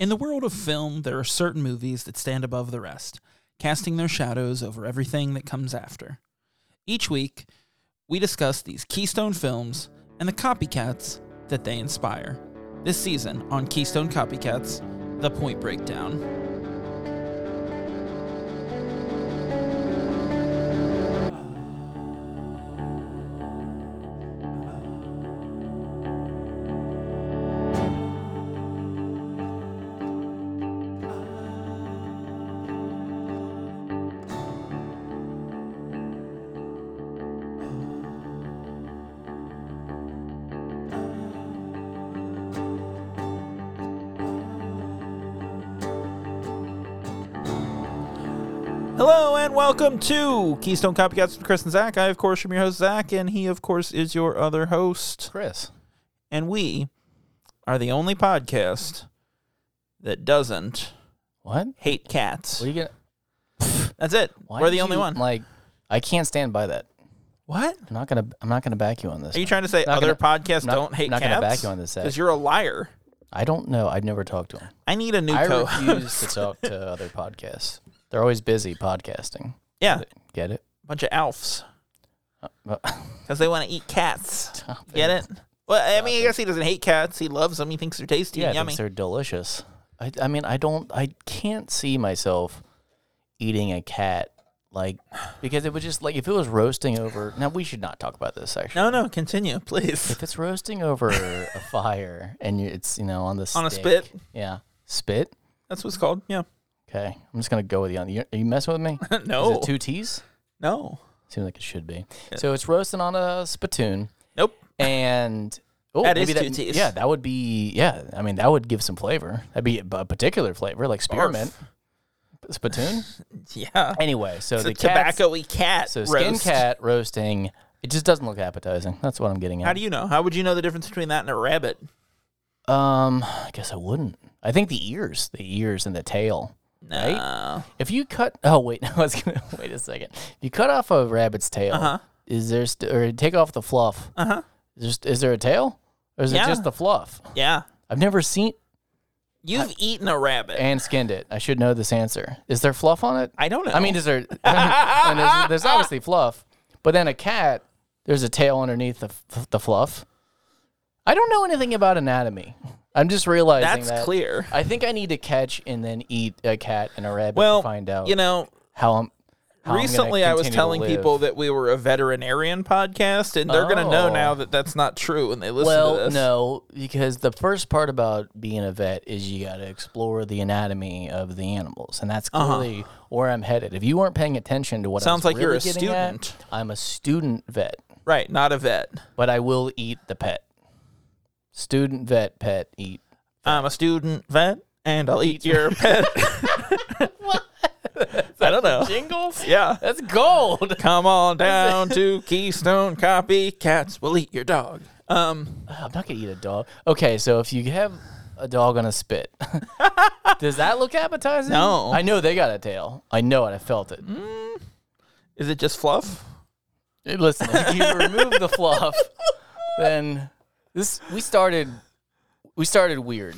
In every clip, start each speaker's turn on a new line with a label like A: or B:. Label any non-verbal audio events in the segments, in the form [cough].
A: In the world of film, there are certain movies that stand above the rest, casting their shadows over everything that comes after. Each week, we discuss these keystone films and the copycats that they inspire. This season on Keystone Copycats, The Point Breakdown. Hello and welcome to Keystone Copycats with Chris and Zach. I, of course, am your host, Zach, and he, of course, is your other host.
B: Chris.
A: and we are the only podcast that doesn't
B: What? What
A: hate cats.
B: are you gonna?
A: That's it.
B: Why
A: We're
B: did
A: the only
B: you,
A: one.
B: Like, I can't stand by that.
A: what?
B: I'm not gonna. I'm not gonna back you on this.
A: Are you trying to say
B: Not
A: other
B: gonna-
A: podcasts
B: not-
A: don't hate
B: not
A: cats?
B: gonna back you on this, Zach.
A: Because you're a liar.
B: I don't know. I've never talked to him.
A: I need a new
B: I
A: co. [laughs]
B: refuse to talk to other podcasts. They're always busy podcasting.
A: yeah,
B: Get it?
A: bunch of alfs
B: [laughs] Uh,
A: because they want to eat cats.
B: Stop
A: Get
B: it.
A: it? Well, I mean, I guess he doesn't hate cats. He loves them. He thinks they're tasty
B: Yeah, I
A: and
B: think
A: yummy.
B: they're delicious. I, I mean, I don't. I can't see myself eating a cat. Like, because it would just like if it was roasting over. Now we should not talk about this actually.
A: No, no, continue,
B: [laughs]
A: please.
B: If it's roasting over a fire and you, it's you know on the
A: On a
B: stick-
A: spit?
B: yeah, spit.
A: That's what's called. Yeah. [laughs]
B: Okay, I'm just gonna go with you on. You, are you messing with me?
A: no.
B: Is it two T's?
A: no.
B: Seems like it should be. So it's roasting on a spittoon,
A: Nope. [laughs]
B: and oh,
A: That
B: maybe
A: is two T's.
B: Yeah, that would be. Yeah, I mean that would give some flavor. That'd be a particular flavor, like spearmint, spittoon.
A: Yeah.
B: Anyway, so
A: It's
B: the
A: a
B: cats-
A: tobacco-y cat.
B: So skin
A: roast.
B: cat roasting. It just doesn't look appetizing. That's what I'm getting at.
A: How do you know? How would you know the difference between that and a rabbit?
B: Um, I guess I wouldn't. I think the ears, the ears and the tail.
A: No.
B: If you cut, oh wait, [laughs] no, I was gonna wait a second. If you cut off a rabbit's tail,
A: Uh-huh.
B: is there st- or take off the fluff? Uh
A: Uh-huh.
B: Is there, is there a tail, or is
A: Yeah.
B: it just the fluff?
A: Yeah.
B: I've never seen
A: You've eaten a rabbit.
B: and skinned it. I should know this answer. Is there fluff on it?
A: I don't know.
B: I mean, is there? [laughs] I mean, there's, there's obviously fluff, but then a cat, there's a tail underneath the f- the fluff. I don't know anything about anatomy. I'm just realizing
A: that's
B: that.
A: clear.
B: I think I need to catch and then eat a cat and a rabbit
A: Well,
B: to find out
A: You know,
B: how I'm. how I'm gonna
A: recently I was
B: continue to
A: telling
B: live.
A: people that we were a veterinarian podcast, and they're going to know
B: Oh.
A: now that that's not true when they listen to
B: Well,
A: this.
B: no, because the first part about being a vet is you got to explore the anatomy of the animals, and that's clearly where I'm headed. If you weren't paying attention to what I
A: Uh-huh. Sounds
B: was
A: like you're
B: really
A: a
B: getting at,
A: student.
B: I'm a student vet,
A: Right, not a vet.
B: but I will eat the pet. Student vet pet eat.
A: I'm a student vet, and I'll eat
B: [laughs]
A: your pet. [laughs] I don't know.
B: Jingles?
A: Yeah.
B: That's gold.
A: Come on down to Keystone Copycats. We'll eat your dog. Um,
B: I'm not gonna eat a dog. Okay, so if you have a dog on a spit, [laughs] does that look appetizing?
A: No.
B: I know they got a tail. I know it. I felt it.
A: is it just fluff?
B: Mm. Hey, Listen, if [laughs] you remove the fluff, then this we started. We started weird.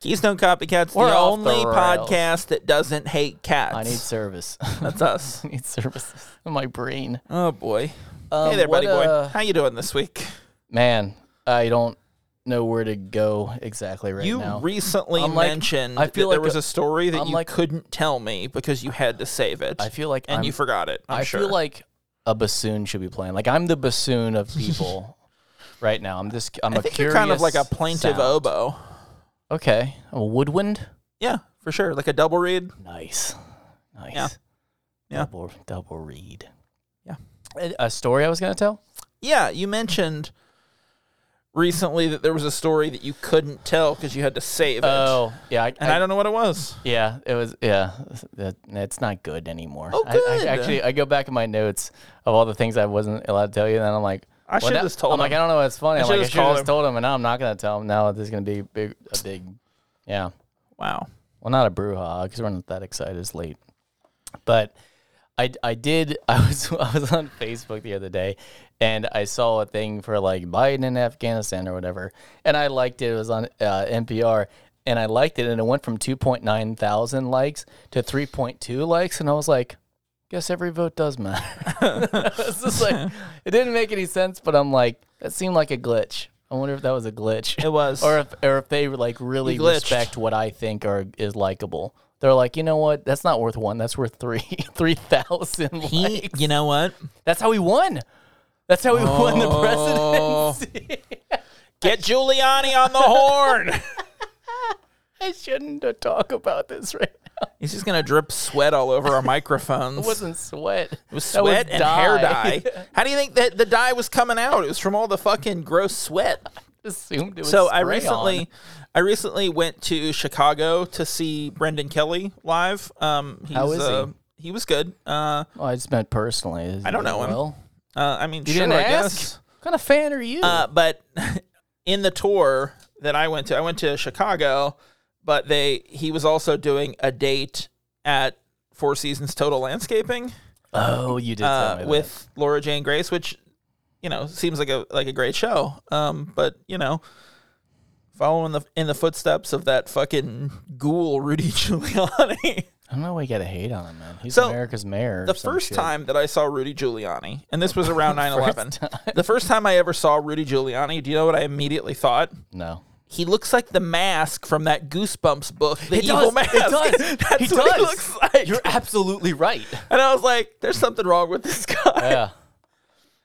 A: Keystone Copycats,
B: We're
A: the
B: off the
A: only
B: rails.
A: podcast that doesn't hate cats.
B: I need service. [laughs] I
A: That's us.
B: need services. My brain.
A: Oh boy.
B: Um,
A: hey there,
B: what,
A: buddy boy.
B: uh,
A: How you doing this week?
B: man, I don't know where to go exactly right
A: You
B: now.
A: recently
B: I'm like-
A: mentioned
B: I feel
A: that there
B: like
A: was
B: a-
A: a story that
B: I'm
A: you
B: like-
A: couldn't tell me because you had to save it,
B: I feel like
A: and
B: I'm,
A: you forgot it. I'm
B: I
A: sure.
B: feel like a bassoon should be playing. Like I'm the bassoon of people
A: [laughs]
B: right now. I'm just. I'm
A: I
B: a
A: think you're
B: curious.
A: kind of like a plaintive
B: sound.
A: oboe.
B: Okay, a woodwind.
A: Yeah, for sure. Like a double reed.
B: Nice. Nice.
A: Yeah. Yeah.
B: Double, double read.
A: Yeah.
B: A, a story I was going to tell?
A: Yeah, you mentioned recently that there was a story that you couldn't tell because you had to save it,
B: Oh, yeah. I,
A: and I, don't know what it was.
B: yeah, it was, yeah. That, it's not good anymore.
A: Oh,
B: I- I,
A: good.
B: actually, I go back in my notes of all the things I wasn't allowed to tell you, and then I'm like,
A: I should've
B: now-
A: just told
B: I'm like,
A: him.
B: I don't know what's funny. I am like, I
A: should've
B: should have
A: just
B: just told him, and now I'm not going to tell him. Now there's going to be big, a big, yeah.
A: Wow.
B: Well, not a brouhaha because we're not that excited. It's late, but I, I did. [laughs] I was I was on Facebook the other day, and I saw a thing for like Biden in Afghanistan or whatever, and I liked it. It was on uh, NPR, and I liked it, and it went from 2.9 thousand likes to 3.2 likes, and I was like, guess every vote does matter. [laughs] it's just like it didn't make any sense, but I'm like, that seemed like a glitch. I wonder if that was a glitch,
A: It was.
B: [laughs] or if or if they like really
A: He glitched.
B: respect what I think are is likable. They're like, you know what? That's not worth one. That's worth three, [laughs] three thousand.
A: [laughs]
B: likes."
A: he, you know what?
B: That's how he won. That's how he won the
A: Oh.
B: presidency. [laughs]
A: Get Giuliani on the horn.
B: I shouldn't talk about this right now.
A: He's just gonna drip sweat all over our microphones.
B: It wasn't [laughs] sweat. It
A: With sweat and hair
B: [laughs]
A: dye. How do you think that the dye was coming out? It was from all the fucking gross sweat.
B: Assumed it was
A: So I
B: spray-on.
A: recently, I recently went to Chicago to see Brendan Kelly live. Um, he's,
B: How is he?
A: uh, he? was good. Uh,
B: Well, I just meant personally. Is-
A: I don't know him.
B: Well,
A: uh, I mean,
B: you
A: sure,
B: didn't
A: I
B: ask.
A: guess.
B: What kind of fan are you?
A: Uh, but [laughs] in the tour that I went to, I went to Chicago, but they he was also doing a date at Four Seasons Total Landscaping
B: oh, you did tell me
A: uh,
B: that.
A: with Laura Jane Grace, which you know seems like a like a great show. Um, but you know, following the in the footsteps of that fucking ghoul Rudy [laughs] Giuliani.
B: I don't know why you gotta hate on him, man. He's
A: So,
B: America's mayor. or
A: the
B: some
A: first
B: shit.
A: time that I saw Rudy Giuliani, and this was
B: [laughs]
A: around 9/11. the first time I ever saw Rudy Giuliani, do you know what I immediately thought?
B: No.
A: He looks like the mask from that Goosebumps book, the evil mask.
B: He does.
A: [laughs] That's
B: he does.
A: what he looks like.
B: You're
A: [laughs]
B: absolutely right.
A: and I was like, "There's something wrong with this guy."
B: Yeah.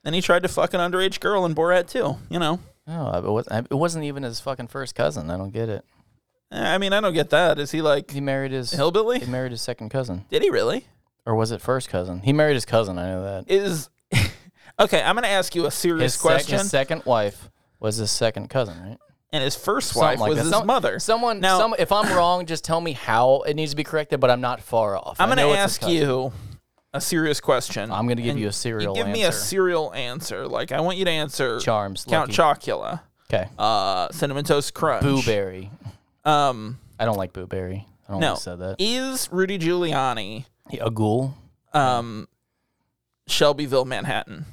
A: And he tried to fuck an underage girl in Borat too. You know,
B: No, it, was, it wasn't even his fucking first cousin. I don't get it.
A: Eh, I mean, I don't get that. Is he like
B: He married his He
A: hillbilly?
B: married his second cousin,
A: Did he really?
B: or was it first cousin? He married his cousin. I know that. [laughs]
A: Is okay. I'm gonna ask you a serious
B: his, sec- his
A: question.
B: second wife was his second cousin, right?
A: and his first
B: Something
A: wife
B: like
A: was
B: that.
A: his
B: Some-
A: mother.
B: Someone,
A: Now-
B: some, if I'm wrong, just tell me how it needs to be corrected. But I'm not far off.
A: I'm
B: I
A: gonna
B: know it's his
A: ask
B: cousin.
A: you a serious question.
B: I'm gonna give
A: and
B: you a serial
A: give
B: answer.
A: me a serial answer. Like I want you to answer
B: Charms,
A: Count
B: Lucky.
A: Chocula,
B: okay.
A: uh, Cinnamon Toast Crunch,
B: Boo Berry.
A: Um,
B: I don't like Boo Berry. I don't
A: no,
B: like said that.
A: is Rudy Giuliani,
B: He- a ghoul.
A: um, Shelbyville, Manhattan?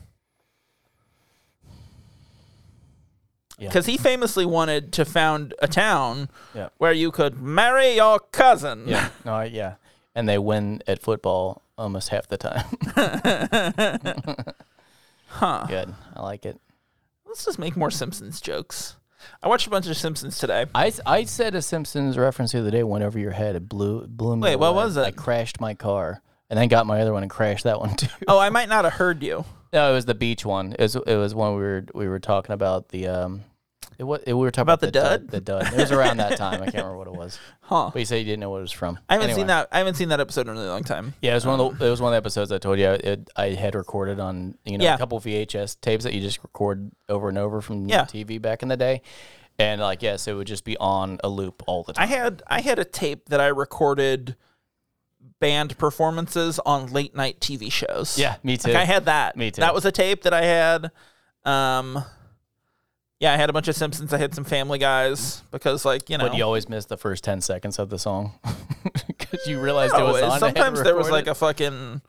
B: Yeah.
A: Because he famously wanted to found a town
B: Yeah.
A: where you could marry your cousin.
B: Yeah. No. I, yeah. And they win at football almost half the time. [laughs]
A: Huh.
B: Good. I like it.
A: [laughs] Let's just make more Simpsons jokes. I watched a bunch of Simpsons today.
B: I, s- I said a Simpsons reference the other day. Went over your head. It blew it blew me.
A: Wait, what
B: away.
A: was
B: I
A: it?
B: crashed my car, and then got my other one and crashed that one [laughs] too.
A: Oh, I might not have heard you.
B: No, it was the beach one. It was it was one we were we were talking about the um, it was it, we were talking
A: About the
B: about, The dud. It was around that time. I can't remember what it was.
A: [laughs] Huh.
B: But you said you didn't know what it was from.
A: I haven't
B: Anyway.
A: seen that. I haven't seen that episode in a really long time.
B: Yeah, it was
A: Um,
B: one of the it was one of the episodes I told you I, it, I had recorded on you know
A: Yeah.
B: a couple VHS tapes that you just record over and over from
A: Yeah.
B: TV back in the day, and like yes, it would just be on a loop all the
A: I
B: time.
A: had I had a tape that I recorded band performances on late night TV shows.
B: yeah, me too.
A: Like, I had that.
B: Me too.
A: That was a tape that I had. Um, yeah, I had a bunch of Simpsons. I had some Family Guys because, like, you know,
B: but you always missed the first ten seconds of the song [laughs] because you realized it
A: No,
B: was
A: it-
B: on. and
A: Oh, sometimes there was
B: recorded.
A: like a fucking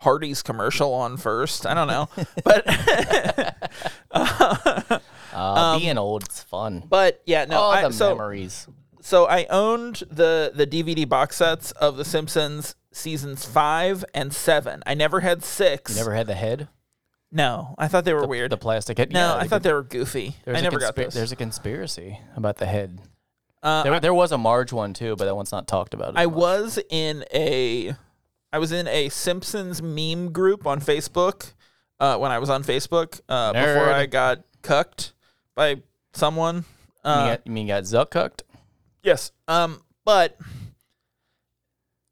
A: Hardee's commercial on first. I don't
B: [laughs]
A: know, but
B: Uh, being old's fun.
A: but yeah, um, no.
B: All
A: I,
B: the
A: so
B: memories.
A: so I owned the the DVD box sets of The Simpsons seasons five and seven. I never had six.
B: Never had the head,
A: No, I thought they were weird.
B: the plastic head.
A: no,
B: Yeah,
A: I
B: the-
A: thought they were goofy.
B: there's
A: I
B: a
A: never got
B: conspir-
A: those.
B: There's a conspiracy about the head.
A: Uh,
B: there, there was a Marge one too, but that one's not talked about. as
A: I
B: much.
A: was in a I was in a Simpsons meme group on Facebook uh, when I was on Facebook uh, before
B: Nerd.
A: I got cucked by someone.
B: You,
A: Uh,
B: got, you mean you got Zuck cooked?
A: Yes. Um, but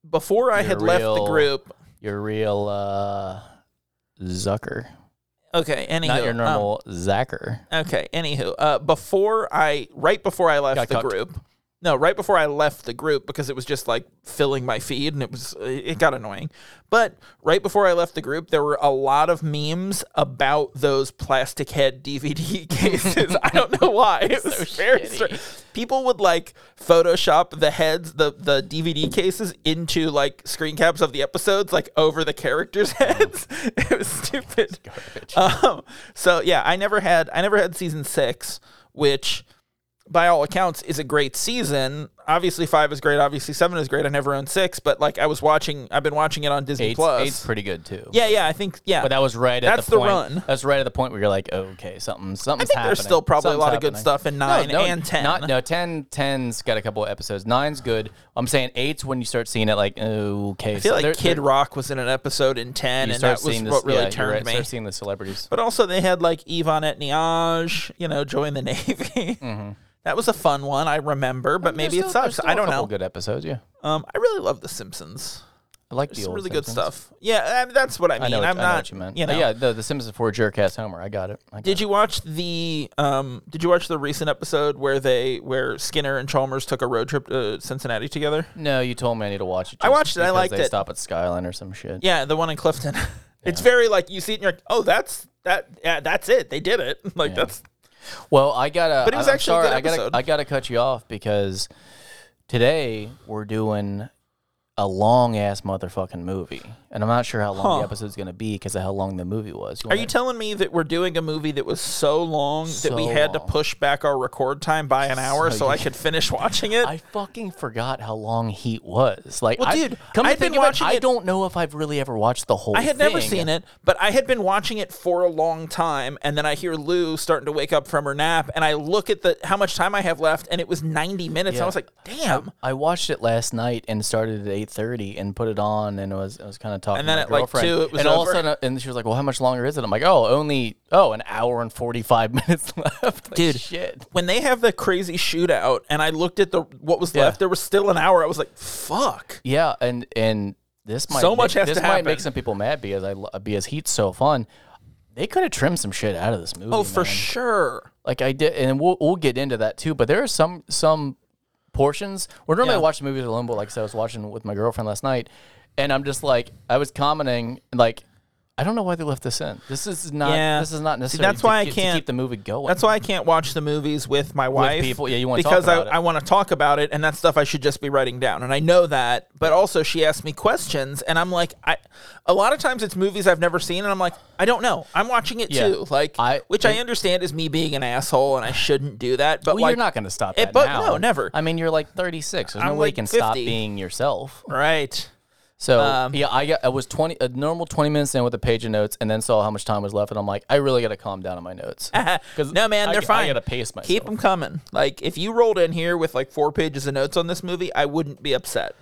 A: before I
B: You're
A: had left the
B: real-
A: group.
B: Your real uh, Zucker,
A: Okay. Anywho,
B: not your
A: um,
B: normal Zacker.
A: okay. Anywho, uh, before I right before I left
B: Got
A: the
B: cucked.
A: group. No, right before I left the group because it was just like filling my feed and it was it got annoying. But right before I left the group, there were a lot of memes about those plastic head [laughs] DVD cases. I don't know why. It was very
B: shitty.
A: strange. People would like Photoshop the heads, the the DVD cases into like screen caps of the episodes, like over the characters' heads. [laughs] it was stupid. Um, so yeah, I never had I never had season six, which by all accounts is a great season obviously five is great. Obviously seven is great. I never owned six, but like I was watching, I've been watching it on Disney
B: Eight's,
A: Plus.
B: eight's pretty good too.
A: yeah, yeah, I think yeah.
B: But that was right at
A: That's
B: the
A: the
B: point.
A: run.
B: That's right at the point where you're like, okay, something,
A: I
B: something's
A: think
B: happening.
A: there's still probably a
B: Something's
A: lot of good
B: happening.
A: stuff in
B: No,
A: nine
B: no,
A: and ten.
B: Not, no, 10, 10's got a couple of episodes. Nine's good. I'm saying eight's when you start seeing it like, okay.
A: I feel like Kid Rock was in an episode in ten, and that was what really turned me.
B: Start seeing the celebrities.
A: But also they had like Yvonne Etniage, you know, join the [laughs] Navy. That was a fun one, I remember, but maybe it
B: Mm-hmm. There's still- there's
A: sucks.
B: still
A: I
B: a
A: don't
B: couple
A: know.
B: Good episodes, yeah.
A: Um, I really love The Simpsons.
B: I like
A: There's
B: the
A: some
B: old
A: really good
B: Simpsons.
A: stuff. Yeah, I mean, that's what I mean.
B: I know, what-
A: I'm
B: I
A: not.
B: know what you meant.
A: You Uh, know,
B: But yeah, the, the Simpsons four jerk ass Homer. I got it. I got
A: Did you watch the um? Did you watch the recent episode where they where Skinner and Chalmers took a road trip to Cincinnati together?
B: it. No, you told me I need to watch it.
A: I
B: just
A: watched it, I
B: because
A: liked
B: they
A: it.
B: Stop at Skyline or some shit.
A: Yeah, the one in Clifton. [laughs] It's very like you see it and you're like, oh, that's that. Yeah, that's it. They did it. [laughs] Like that's
B: Well, I gotta.
A: But it was
B: I'm
A: actually a
B: sorry,
A: good
B: I gotta.
A: episode.
B: I gotta cut you off because today we're doing a long ass motherfucking movie, and I'm not sure how long
A: Huh.
B: the episode's gonna be because of how long the movie was.
A: Are you telling me that we're doing a movie that was so long that we
B: So
A: had
B: long.
A: to push back our record time by an hour so,
B: you-
A: I could finish watching it?
B: [laughs] I fucking forgot how long Heat was. Like,
A: Well,
B: I,
A: dude,
B: come to
A: I've been
B: think of it,
A: watching
B: I
A: it-
B: don't know if I've really ever watched the whole.
A: I had never seen it, but I had been watching it for a long time, and then I hear Lou starting to wake up from her nap, and I look at the how much time I have left, and it was ninety minutes. and I
B: Yeah.
A: was like, "Damn!"
B: I watched it last night and started at eight thirty and put it on and was I was kind of talking.
A: And then
B: to my
A: at, like,
B: girlfriend.
A: two, it was
B: and all of a
A: over.
B: sudden, and she was like, "Well, how much longer is it?" I'm like, "Oh, only oh an hour and forty five [laughs] minutes left." Like,
A: Dude.
B: shit.
A: When they have the crazy shootout, and I looked at the what was
B: Yeah.
A: left, there was still an hour. I was like, "Fuck!"
B: Yeah, and and this might
A: So much
B: make,
A: has
B: this
A: to
B: might
A: happen.
B: make some people mad because I lo- because Heat's so fun. They could have trimmed some shit out of this movie.
A: Oh, for
B: man.
A: sure.
B: Like I did, and we'll we'll get into that too. But there are some some portions where normally
A: Yeah.
B: I watch the movies alone. But like I said, I was watching with my girlfriend last night, and I'm just like I was commenting like I don't know why they left this in. This is not
A: Yeah.
B: this is not necessary.
A: that's
B: to
A: why I
B: keep-
A: can't-
B: to keep the movie going.
A: That's why I can't watch the movies with my wife.
B: people. Yeah, you wanna talk
A: because
B: about it.
A: I, I want to talk about it, and that stuff I should just be writing down, and I know that. But also, she asked me questions, and I'm like, I. A lot of times, it's movies I've never seen, and I'm like, I don't know. I'm watching it
B: Yeah.
A: too, like,
B: I-
A: which I
B: it-
A: understand is me being an asshole, and I shouldn't do that. But
B: well,
A: like,
B: you're not going to stop
A: it-
B: that
A: but
B: now.
A: no, never.
B: I mean, you're like 36. There's
A: I'm
B: no way
A: like
B: you can stop
A: 50.
B: being yourself.
A: right.
B: So
A: Um,
B: yeah, I got I was 20 a normal 20 minutes in with a page of notes, and then saw how much time was left, and I'm like, I really got to calm down on my
A: [laughs]
B: notes. 'Cause
A: no, man,
B: I-
A: they're fine.
B: I got to pace myself.
A: Keep them coming. Like, if you rolled in here with like four pages of notes on this movie, I wouldn't be upset.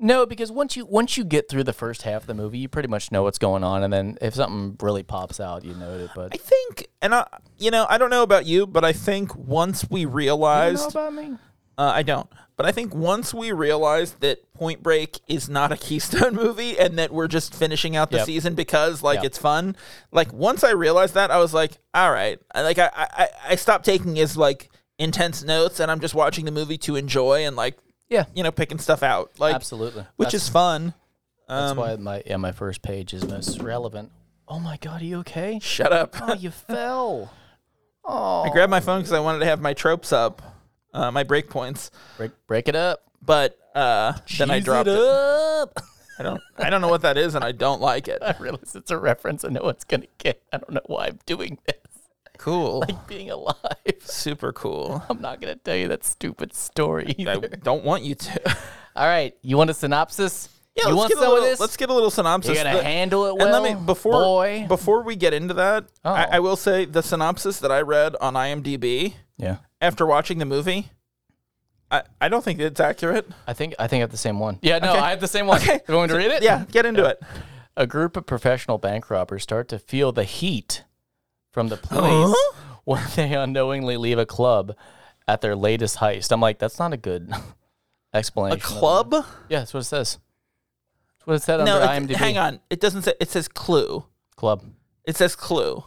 B: No, because once you once you get through the first half of the movie, you pretty much know what's going on, and then if something really pops out, you note it. But
A: I think, and I, you know, I don't know about you, but I think once we
B: you know
A: realized,
B: about me?
A: uh, I don't, but I think once we realized that Point Break is not a [laughs] Keystone movie and that we're just finishing out the
B: Yep.
A: season because like
B: Yep.
A: it's fun. Like once I realized that, I was like, all right, I, like I, I, I- I stopped taking as like intense notes, and I'm just watching the movie to enjoy and like,
B: Yeah,
A: you know, picking stuff out, like
B: absolutely.
A: which
B: that's,
A: is fun.
B: that's
A: Um,
B: why my yeah my first page is most relevant. Oh my god, are you okay?
A: Shut up.
B: [laughs] Oh, you fell. Oh,
A: [laughs] I grabbed my phone because I wanted to have my tropes up, uh, my breakpoints.
B: break break it up.
A: but uh, then I
B: Cheese
A: dropped it.
B: up.
A: I don't I don't know what that is, and I don't like [laughs] it.
B: [laughs] I realize it's a reference, and no one's gonna get. I don't know why I'm doing this.
A: Cool,
B: Being alive, [laughs]
A: super cool.
B: I'm not gonna tell you that stupid story.
A: I
B: Either.
A: don't want you to. [laughs]
B: All right, you want a synopsis?
A: Yeah,
B: you
A: let's
B: want
A: get
B: some
A: a little,
B: of this?
A: Let's get a little synopsis.
B: You gotta
A: The-
B: handle it
A: and
B: well,
A: let me before
B: boy.
A: before we get into that,
B: Oh.
A: I, I will say the synopsis that I read on IMDb
B: yeah,
A: after watching the movie. I, I don't think it's accurate.
B: I think I think I have the same one. Yeah, no,
A: Okay.
B: I have the same one.
A: Okay.
B: You want me to read it?
A: Yeah, get into it.
B: A group of professional bank robbers start to feel the heat from the police when [laughs] they unknowingly leave a club at their latest heist. I'm like, that's not a good [laughs]
A: A
B: explanation. of it.
A: club?
B: Yeah, that's what it says. That's what it said
A: No,
B: under
A: it,
B: IMDb.
A: hang on. It doesn't say. It says clue.
B: Club.
A: It says clue.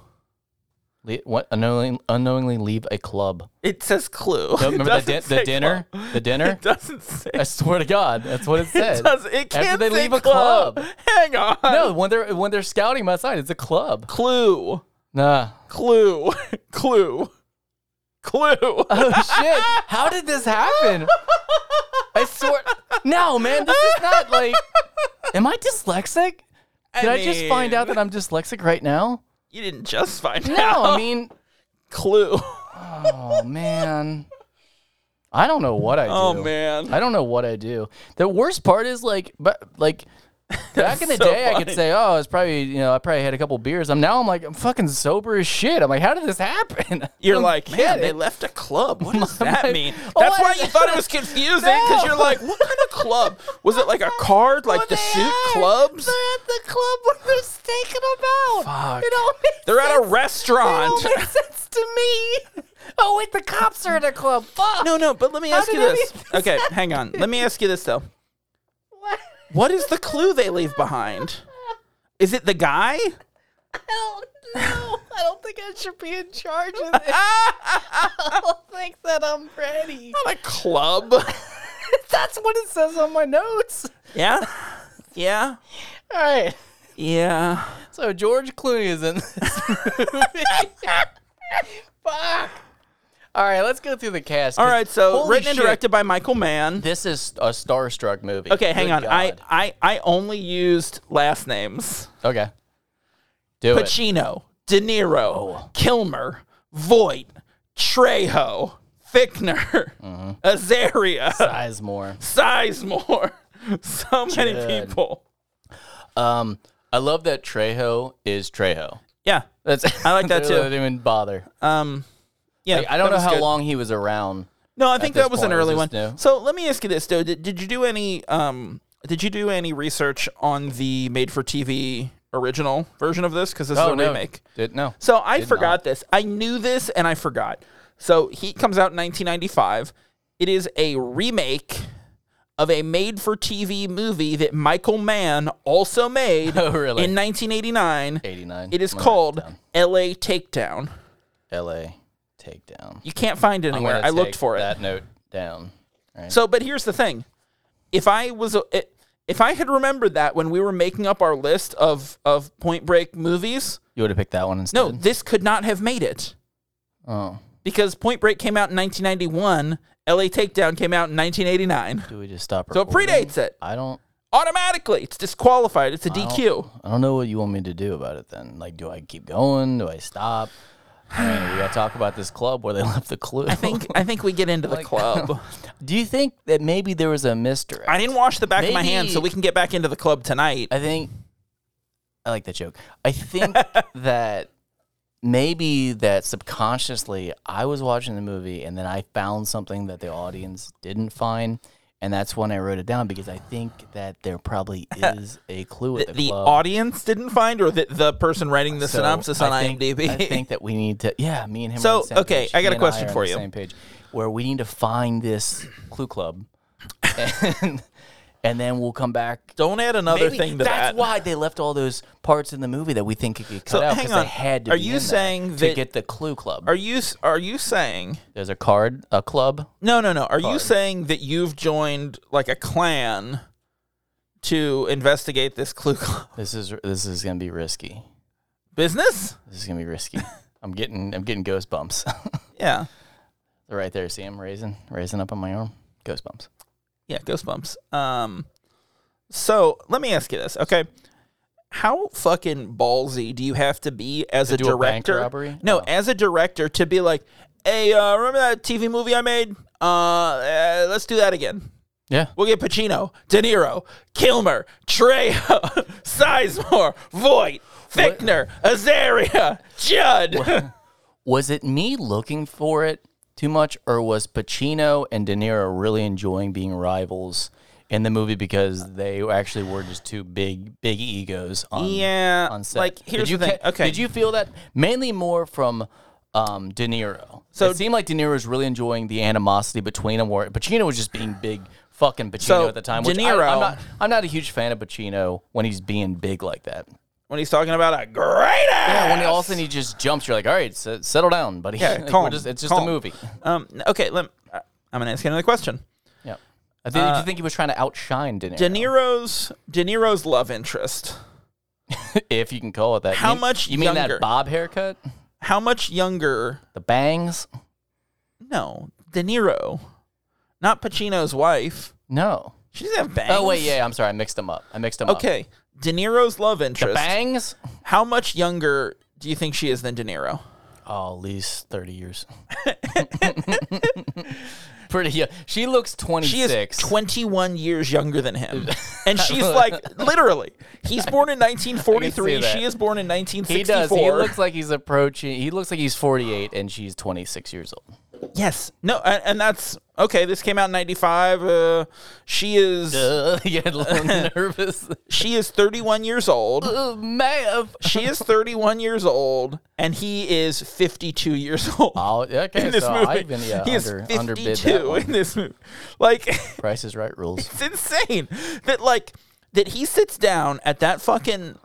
B: Le- what unknowingly, unknowingly leave
A: [laughs]
B: a club?
A: It says clue.
B: No,
A: [laughs] It
B: remember the,
A: doesn't
B: din-
A: say
B: the dinner?
A: club.
B: The dinner?
A: [laughs] It doesn't say
B: I swear to God, that's what it said.
A: [laughs] It does. It
B: After
A: can't
B: they
A: say
B: leave a
A: club.
B: club.
A: Hang on.
B: No, when they're when they're scouting outside, it's a club.
A: Clue.
B: Nah. [laughs]
A: Clue. [laughs] Clue. Clue.
B: Oh shit! How did this happen? I swear. No, man, this is not like. Am I dyslexic? Did I, just find out that I'm dyslexic right now?
A: you didn't just find
B: No, [laughs]
A: out?
B: I mean,
A: clue.
B: oh man. I don't know what I do.
A: Oh man.
B: I don't know what I do. The worst part is like, but like back in the
A: [laughs] so
B: day, I
A: funny.
B: could say, "Oh, it's probably you know, I probably had a couple beers." I'm now, I'm like, I'm fucking sober as shit. I'm like, how did this happen? [laughs]
A: You're
B: I don't
A: like,
B: get
A: man, they
B: it."
A: left a club. What does that
B: [laughs] my-
A: mean?
B: Oh,
A: That's
B: I-
A: why you thought it was confusing because
B: No.
A: you're like, what kind of club? Was it like a card, like
B: Well,
A: the
B: they
A: suit
B: are.
A: clubs?
B: They're at the club. What are they taking about?
A: Fuck.
B: It all makes
A: They're at a
B: sense. It all
A: restaurant.
B: makes sense to me. [laughs] Oh wait, the cops are at a club. Fuck.
A: No, no, but let me
B: How
A: ask you
B: did any
A: this.
B: of this
A: Okay, hang on. Let me ask you this though.
B: [laughs] What?
A: What is the clue they leave behind? Is it the guy?
B: I don't know. I don't think I should be in charge of [laughs] this. I don't think that I'm ready.
A: Not a club.
B: [laughs] That's what it says on my notes.
A: Yeah. Yeah.
B: All right.
A: Yeah.
B: So George Clooney is in this movie. [laughs] Fuck. All right, let's go through the cast.
A: All right, so
B: Holy
A: written and
B: shit.
A: directed by Michael Mann.
B: This is a starstruck movie.
A: Okay, hang on.
B: Good
A: I,
B: God.
A: I I only used last names.
B: okay. Do it.
A: Pacino, De Niro, Kilmer, Voight, Trejo, Fickner, Azaria,
B: Eyes more.
A: Sizemore. [laughs] So many
B: Judd.
A: people.
B: Um, I love that Trejo is Trejo.
A: Yeah.
B: [laughs] That's
A: I like that
B: they
A: too.
B: Didn't even bother.
A: Um, yeah.
B: Like, I
A: that
B: don't know
A: was
B: how
A: good.
B: long he was around.
A: No, I think
B: this
A: that was an
B: point, it was
A: early one.
B: just new.
A: So let me ask you this, though: did, did you do any um did you do any research on the made-for-TV original version of this? Because this is a remake.
B: Did, Oh, no.
A: Oh, So I
B: Did
A: forgot
B: not.
A: this. I knew this and I forgot. So Heat comes out in 1995. It is a remake of a made for TV movie that Michael Mann also made
B: [laughs] Oh, really?
A: in 1989.
B: 89.
A: It is
B: I'm gonna
A: called
B: write it
A: LA Takedown.
B: down. LA Takedown.
A: You can't find it
B: I'm
A: anywhere.
B: gonna
A: I looked
B: take
A: for it.
B: That note down.
A: So, but here's the thing: if I was a- i- if I had remembered that when we were making up our list of of Point Break movies,
B: You would have picked that one instead.
A: no, this could not have made it
B: Oh.
A: because Point Break came out in 1991, LA Takedown came out in 1989.
B: Do we just stop?
A: So it
B: recording?
A: predates it
B: I don't.
A: automatically. It's disqualified. It's a
B: I don't-
A: DQ.
B: I don't know what you want me to do about it then. Like, do I keep going? Do I stop? I mean, we gotta talk about this club where they [laughs] left the clue.
A: I think I think we get into
B: [laughs]
A: the club.
B: Do you think that maybe there was a mystery?
A: I didn't wash the back of my hand, so
B: Maybe-
A: we can get back into the club tonight.
B: I think I like that joke.
A: [laughs]
B: I think that maybe that subconsciously I was watching the movie and then I found something that the audience didn't find. And that's when I wrote it down because I think that
A: [laughs]
B: there probably is a clue at the,
A: the
B: club.
A: audience didn't find, or the, the person writing the
B: So
A: synopsis on
B: I think,
A: IMDb.
B: I think that we need to. Yeah, me and him.
A: So,
B: are on the same
A: okay,
B: page.
A: I got
B: He
A: a
B: and
A: question
B: are on
A: for
B: the
A: you.
B: Same page where we need to find this clue club, and [laughs] and then we'll come back.
A: [laughs] Don't add another
B: Maybe
A: thing to
B: that's
A: that.
B: why they left all those parts in the movie that we think could get cut
A: So,
B: out
A: hang
B: because
A: on.
B: they had to.
A: Are
B: be
A: you
B: in there
A: saying
B: to
A: that-
B: get the clue club?
A: Are you s- are you saying
B: There's a card, a club.
A: no no no? Are you saying that you've joined like a clan to investigate this clue cl-
B: This is this is gonna be risky.
A: [laughs] business?
B: This is gonna
A: [laughs]
B: be risky. I'm getting I'm getting goosebumps.
A: Yeah,
B: They're [laughs] right there. See him raising raising up on my arm. Goosebumps.
A: yeah, goosebumps. Um, so let me ask you this, okay? How fucking ballsy do you have to be as a
B: do a bank
A: director?
B: robbery?
A: No,
B: Oh.
A: as a director to be like, hey, uh, remember that TV movie I made? Uh, uh, let's do that again.
B: Yeah.
A: We'll get Pacino, De Niro, Kilmer, Trejo, [laughs] Sizemore, Voight, Fickner, Azaria, Judd.
B: was it me looking for it too much, or was Pacino and De Niro really enjoying being rivals in the movie because they actually were just two big, big egos
A: [laughs]
B: on,
A: yeah,
B: on set?
A: like
B: Did
A: here's
B: you
A: the thing.
B: ca-
A: Okay,
B: Did you feel that mainly more from um, De Niro? So it seemed like De Niro was really enjoying the animosity between them, where Pacino was just being big. Fucking Pacino
A: So,
B: at the time.
A: De
B: Which I,
A: Niro-
B: am not. I'm not a huge fan of Pacino when he's being big like that.
A: when he's talking about a great ass?
B: Yeah, when he all of a sudden he just jumps, you're like, all right, s- settle down, buddy.
A: Yeah,
B: [laughs] Like, we're
A: calm,
B: just- it's just
A: calm.
B: a movie.
A: Um, okay, let uh, I'm gonna ask you another question.
B: Yeah. I think,
A: Uh,
B: do you think he was trying to outshine De Niro?
A: De Niro's De Niro's love interest.
B: [laughs] if you can call it that.
A: How
B: you,
A: much
B: You mean
A: younger?
B: that bob haircut?
A: How much younger?
B: The bangs?
A: No, De Niro, not Pacino's wife.
B: No.
A: She doesn't have bangs.
B: Oh wait, yeah, I'm sorry, I mixed them up. I mixed them up.
A: Okay, De Niro's love interest.
B: Bangs?
A: How much younger do you think she is than De Niro?
B: Oh, at least thirty years. [laughs] pretty young. She looks
A: She is
B: 26.
A: 21 years younger than
B: [laughs]
A: him. And she's like, literally, he's born in 1943.
B: that.
A: She is born in
B: he does. He
A: 1964.
B: looks like he's approaching. He looks like he's 48 and she's 26 years old.
A: yes. No, and, and that's okay. This came out in 95. Uh, she is
B: Uh, [laughs] yeah, a little
A: [laughs]
B: nervous.
A: she is 31 years old.
B: [laughs] Uh, Mav.
A: She is 31 years old and he is 52 years old.
B: Oh, okay.
A: [laughs] in this
B: so
A: movie,
B: I even yeah,
A: he
B: under,
A: is
B: underbid that
A: 52
B: one.
A: in this movie. Like
B: Price is right
A: [laughs]
B: rules.
A: it's insane that like that he sits down at that fucking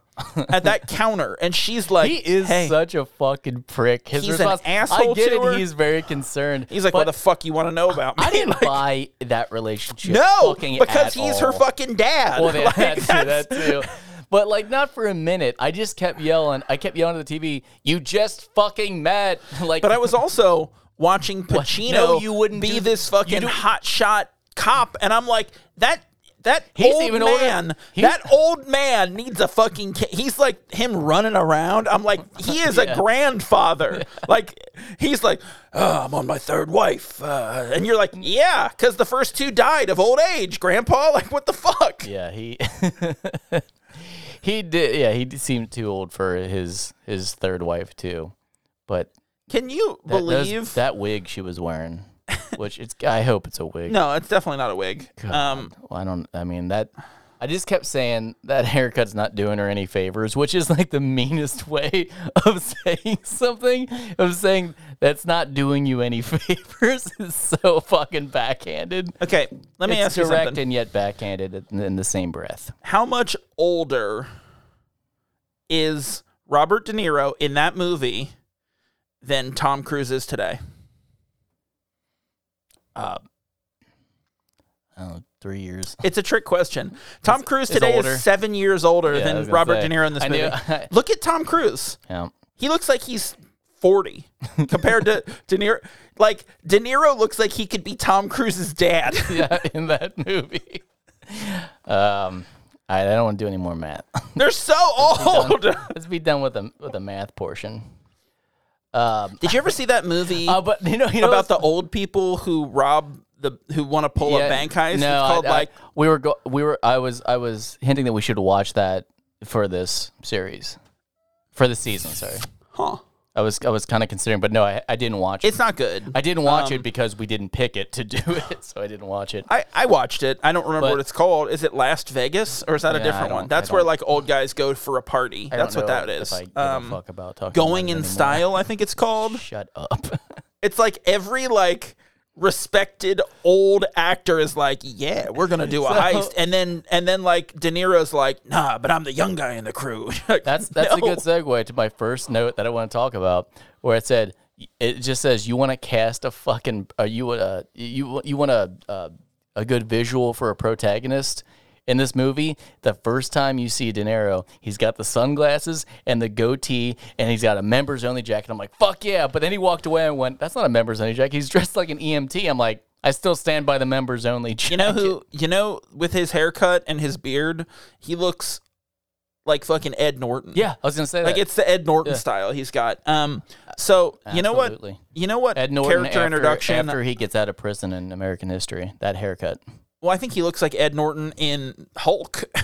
A: at
B: [laughs]
A: that counter and she's like
B: He is
A: hey
B: such a fucking prick. His
A: He's an
B: response,
A: asshole
B: I get
A: to
B: it.
A: her.
B: He's very concerned.
A: he's like
B: but
A: what the fuck you want to know about me
B: I didn't
A: [laughs] Like,
B: buy that relationship.
A: no
B: fucking
A: because
B: at
A: he's
B: all.
A: her fucking dad
B: Well,
A: [laughs]
B: yeah,
A: Like,
B: that too.
A: that's-
B: That too. But like, not for a minute. I just kept yelling. I kept yelling to the TV. You just fucking met. [laughs] Like,
A: but i was also watching pacino
B: No, you wouldn't
A: be
B: do-
A: this
B: you
A: fucking
B: do-
A: hot shot cop and i'm like that that
B: He's
A: old
B: even older-
A: man,
B: he's-
A: that old man needs a fucking. Ki- he's like him running around. I'm like,
B: [laughs]
A: he is a
B: Yeah.
A: grandfather. Like, he's like, oh, I'm on my third wife, uh, and you're like, yeah, because the first two died of old age, Grandpa. [laughs] Like, what the fuck?
B: yeah, he. [laughs] He did, yeah. He seemed too old for his his third wife too, but
A: Can you
B: that, those-
A: believe?
B: that wig she was wearing, which it's. I hope it's a wig.
A: no, it's definitely not a wig. Um,
B: Well, I don't. I mean that. I just kept saying that [laughs] haircut's not doing her any favors, which is like the meanest [laughs] way of saying something. Of saying that's not doing you any [laughs] favors is so fucking backhanded.
A: okay, let me
B: it's
A: ask you
B: direct
A: something.
B: and yet backhanded in- in the same breath.
A: How much older is Robert De Niro in that movie than Tom Cruise is today?
B: Oh, three years.
A: It's a trick question. Tom Cruise
B: is
A: today
B: older.
A: is seven years older
B: Yeah, I was
A: than
B: gonna
A: Robert
B: say.
A: De Niro in this
B: I
A: movie. [laughs]
B: [laughs] knew-
A: Look at Tom Cruise.
B: Yeah.
A: He looks like he's [laughs] 40 compared to De Niro. Like, De Niro looks like he could be Tom Cruise's [laughs] dad.
B: yeah, [laughs] in that movie. [laughs] Um, I, I don't want to do any more math.
A: They're so old.
B: Let's be done with the with the math portion.
A: Did you ever see that [laughs] movie
B: Uh, but you know, you know
A: about the old people who rob the who want to pull a
B: Yeah,
A: bank heist?
B: No,
A: it's called
B: I- I-
A: like
B: we were go- we were I was I was hinting that we should watch that for this series, for the season. Sorry,
A: Huh.
B: I was I was kind of considering, but no, I, I didn't watch it.
A: It's not good.
B: I didn't watch it because we didn't pick it to [laughs] do it, so I didn't watch it.
A: I, I watched it. I don't remember
B: But-
A: what it's called. Is it Last Vegas or is that a
B: Yeah, I
A: different one?
B: don't-
A: That's
B: I
A: where
B: don't-
A: like old guys go for a party.
B: I don't
A: That's what
B: know
A: that
B: if
A: is.
B: I give
A: Um,
B: a fuck about talking
A: going
B: about it
A: in
B: anymore.
A: style, I think it's called.
B: Shut up. [laughs]
A: It's like every like respected old actor is like, yeah, we're gonna
B: [laughs]
A: do a heist, and then and then like De Niro's like, nah, but I'm the young guy in the crew. [laughs] Like,
B: That's that's a
A: no.
B: good segue to my first note that I want to talk about, where it said it just says you want to cast a fucking uh, you uh, you you want a uh, a good visual for a protagonist in this movie. The first time you see De Niro, he's got the sunglasses and the goatee, and he's got a members only jacket. I'm like, fuck yeah! But then he walked away and went, that's not a members only jacket. He's dressed like an EMT. I'm like, I still stand by the members only. Jacket.
A: You know who? You know, with his haircut and his beard, he looks like fucking Ed Norton.
B: Yeah, [laughs] I was gonna say
A: Like
B: that.
A: it's the Ed Norton style he's got. Um, so you know what?
B: Absolutely.
A: You know what?
B: Ed Norton
A: character
B: after,
A: introduction.
B: after he gets out of prison in American history. That haircut.
A: well, I think he looks like Ed Norton in Hulk. [laughs]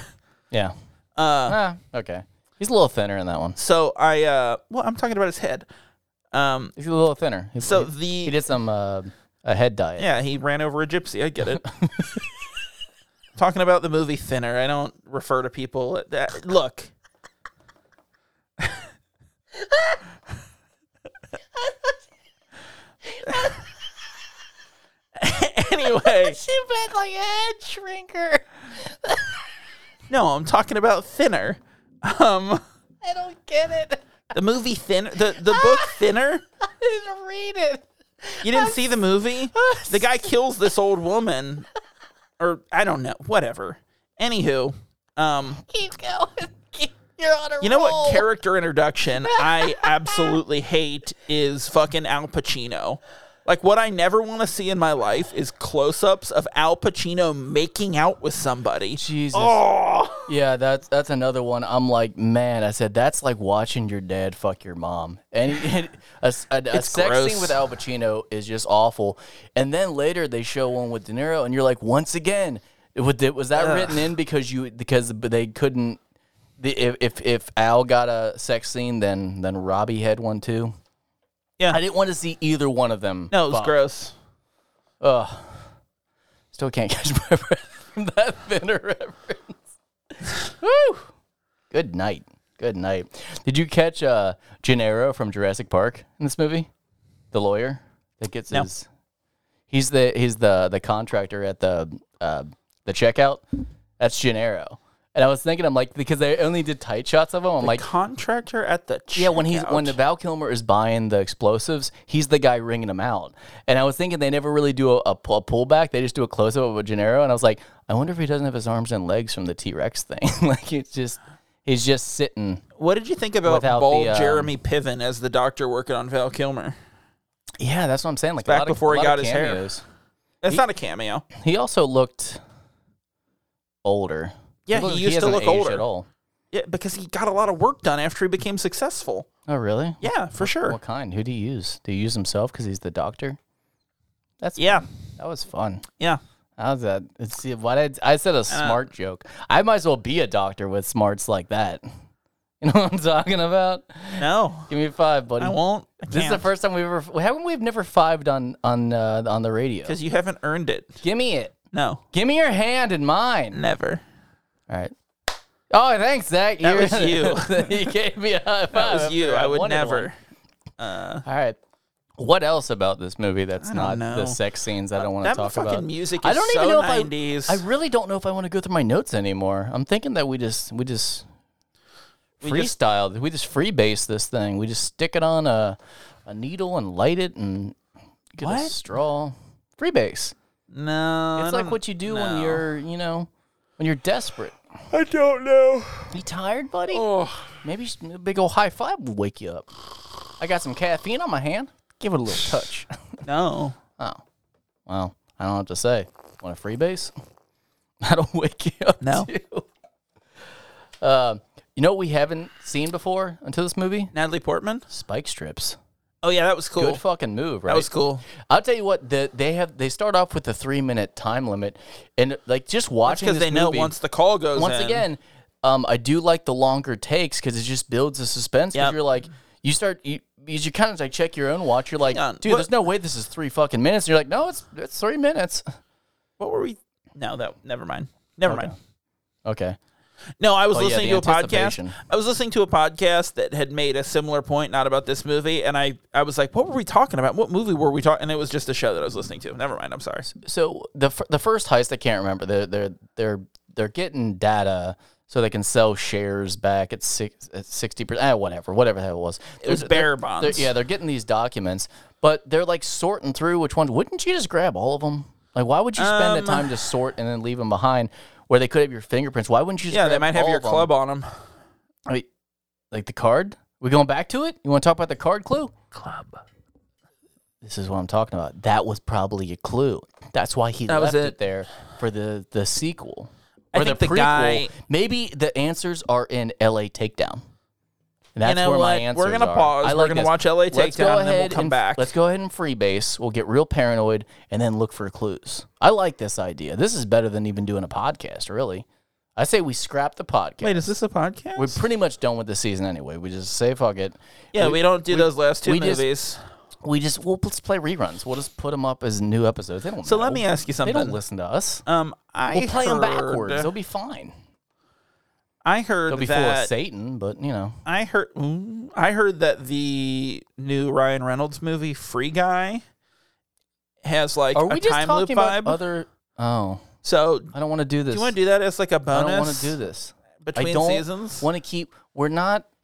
B: Yeah.
A: Uh,
B: Ah, okay. He's a little thinner in that one.
A: so I, uh, well, I'm talking about his head. Um,
B: He's a little thinner. He-
A: so
B: he,
A: the
B: he did some uh, a head diet.
A: yeah, he ran over a gypsy. I get
B: [laughs]
A: it. [laughs] talking about the movie Thinner. I don't refer to people at that.
B: [laughs]
A: Look, [laughs] anyway,
B: She bent like a head shrinker.
A: no, I'm talking about Thinner. Um,
B: I don't get it. [laughs]
A: the movie Thinner, the the book Thinner.
B: I didn't read it.
A: You didn't see the movie? The guy kills this old woman. Or I don't know. Whatever. Anywho, um,
B: Keep going. [laughs] You're on a
A: you know what character introduction I absolutely hate is fucking Al Pacino. Like what I never want to see in my life is close-ups of Al Pacino making out with somebody.
B: Jesus.
A: Oh,
B: Yeah, that's that's another one. I'm like, man, I said that's like watching your dad fuck your mom, and he- and a, s- a- a
A: It's
B: sex
A: gross.
B: scene with Al Pacino is just awful. And then later they show one with De Niro, and you're like, once again, was that, was that written in because you because they couldn't. The, if, if if Al got a sex scene, then then Robbie had one too.
A: Yeah.
B: I didn't want to see either one of them.
A: no, it was
B: fuck.
A: gross.
B: Ugh. Still can't [laughs] catch my breath from that Venner reference. Woo! Good night. Good night. Did you catch uh, Gennaro from Jurassic Park in this movie? The lawyer that gets
A: No.
B: his. He's the he's the the contractor at the uh, the checkout. That's Gennaro. And I was thinking, I'm like, because they only did tight shots of him. I'm like,
A: Contractor at the
B: yeah, when he's
A: checkout.
B: when the Val Kilmer is buying the explosives, he's the guy ringing them out. And I was thinking they never really do a, a, pull- a pullback; they just do a close up of Gennaro. And I was like, I wonder if he doesn't have his arms and legs from the T Rex thing. [laughs] like it's just he's just sitting.
A: What did you think about
B: Without
A: bald
B: the, um,
A: Jeremy Piven as the doctor working on Val Kilmer?
B: Yeah, that's what I'm saying. Like
A: back
B: a lot of,
A: before
B: a
A: he
B: lot
A: got
B: of
A: his hair.
B: cameos.
A: That's not a cameo.
B: He also looked older.
A: Yeah, he
B: looked-
A: used to
B: hasn't
A: look
B: aged
A: older.
B: at all.
A: Yeah, because he got a lot of work done after he became successful.
B: Oh, really?
A: Yeah, for sure.
B: What kind? Who do you use? Do you use himself because he's the doctor? That's
A: Yeah,
B: that was fun.
A: yeah.
B: How's that? Let's see. What I, I said a smart joke. I might as well be a doctor with smarts like that. [laughs] You know what I'm talking about?
A: No,
B: Give me five, buddy.
A: I won't. I
B: This is the first time we've ever. Haven't we've never fived on on uh, on the radio?
A: because you haven't earned it.
B: Give me it.
A: No,
B: Give me your hand and mine.
A: never.
B: All right. Oh, thanks, Zach.
A: That was
B: [laughs] you. you gave me a high five.
A: That was you.
B: after
A: I would
B: wanted
A: never.
B: one. All right. What else about this movie that's not
A: don't know.
B: the sex scenes I don't want to
A: That
B: talk
A: fucking
B: about?
A: music is
B: I don't even
A: so
B: know if I-
A: 90s.
B: I really don't know if I want to go through my notes anymore. I'm thinking that we just we just
A: We just-
B: freestyle. We just, freebase this thing. We just stick it on a a needle and light it and get a
A: What?
B: straw. Freebase.
A: no, I
B: It's like
A: don't-
B: what you do
A: no.
B: when you're you know when you're desperate.
A: I don't know.
B: You tired, buddy?
A: Oh,
B: Maybe s- a big old high five will wake you up. I got some caffeine on my hand. Give it a little touch.
A: no.
B: oh, well, I don't have to say. Want a freebase? [laughs] That'll [laughs] wake you up.
A: No.
B: too. Uh, you know what we haven't seen before until this movie?
A: Natalie Portman.
B: Spike strips.
A: Oh yeah, that was cool.
B: Good fucking move, right?
A: that was cool.
B: I'll tell you what. The, they have they start off with the three minute time limit, and like just watching
A: Because
B: this
A: they know
B: movie-
A: once the call goes.
B: once
A: in-
B: again, um, I do like the longer takes because it just builds the suspense. Because
A: Yep.
B: you're like, you start, you, you just kind of like check your own watch. You're like,
A: Hang on,
B: dude,
A: what-
B: there's no way this is three fucking minutes. And you're like, no, it's it's three minutes. [laughs]
A: what were we? No, that. Never mind. Never mind.
B: Okay,
A: No, I was
B: Oh, yeah,
A: listening
B: the
A: to a podcast.
B: anticipation.
A: I was listening to a podcast that had made a similar point, not about this movie, and I, I was like, "What were we talking about? What movie were we talking?" And it was just a show that I was listening to. Never mind. I'm sorry.
B: so the fir- the first heist, I can't remember. They're they're they're they're getting data. So they can sell shares back at six at sixty percent, ah, whatever, whatever the hell it was.
A: It was bearer bonds.
B: yeah, they're getting these documents, but they're like sorting through which ones. Wouldn't you just grab all of them? Like, why would you spend
A: Um,
B: the time to sort and then leave them behind where they could have your fingerprints? Why wouldn't you just
A: Yeah, they
B: grab
A: might have
B: all
A: your
B: of 'em?
A: club on them.
B: I mean, like the card? We going back to it? You want to talk about the card clue? Club. This is what I'm talking about. That was probably a clue. That's why he
A: That was
B: left it.
A: it.
B: there for the, the sequel.
A: I
B: Or
A: think the guy-
B: Maybe the answers are in LA Takedown. And that's
A: know
B: where my
A: what? We're
B: answers
A: gonna
B: are.
A: pause.
B: I
A: We're
B: like
A: gonna
B: this.
A: watch LA
B: Let's go
A: Takedown, and then we'll
B: ahead
A: come
B: and-
A: back.
B: Let's go ahead and freebase. We'll get real paranoid and then look for clues. I like this idea. This is better than even doing a podcast, really. I say we scrap the podcast.
A: Wait, is this a podcast?
B: We're pretty much done with the season anyway. We just say fuck it.
A: yeah, we, don't do those last two
B: we just-
A: movies.
B: We just we'll let's play reruns. We'll just put them up as new episodes. They don't.
A: so
B: know.
A: let me ask you
B: They
A: something.
B: don't listen to us.
A: um, I
B: We'll play
A: heard,
B: them backwards. They'll be fine.
A: I heard
B: They'll be full of
A: that
B: Satan, but you know.
A: I heard mm, I heard that the new Ryan Reynolds movie Free Guy has like
B: Are
A: a
B: we just
A: time loop
B: talking about
A: vibe.
B: other? Oh,
A: so do
B: I don't want to do this.
A: you want to do that as like a
B: I
A: bonus?
B: don't want to do this.
A: between
B: I don't
A: seasons.
B: Want to keep? We're not. [sighs]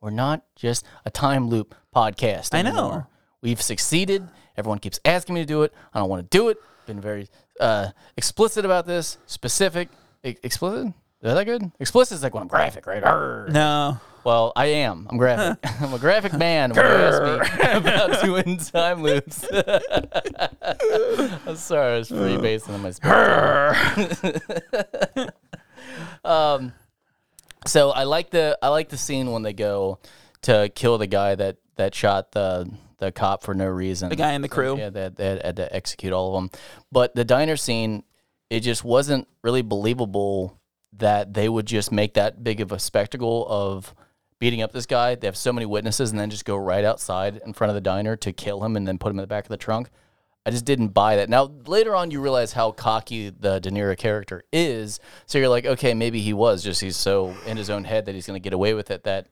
B: We're not just a time loop podcast.
A: I know.
B: anymore. We've succeeded. Everyone keeps asking me to do it. I don't want to do it. Been very uh, explicit about this. Specific. E- explicit. Is that good? Explicit is like when I'm graphic, right? Arr.
A: no,
B: Well, I am. I'm graphic.
A: [laughs]
B: [laughs] I'm a graphic man. When you ask me [laughs] about doing time loops. [laughs] I'm sorry, I was freebasing on my spirit. [laughs] um, so I like the I like the scene when they go to kill the guy that that shot the the cop for no reason.
A: The guy in the crew.
B: Yeah, they, they had to execute all of them. But the diner scene, it just wasn't really believable that they would just make that big of a spectacle of beating up this guy. They have so many witnesses and then just go right outside in front of the diner to kill him and then put him in the back of the trunk. I just didn't buy that. Now, later on, you realize how cocky the De Niro character is. So you're like, okay, maybe he was just, he's so in his own head that he's going to get away with it that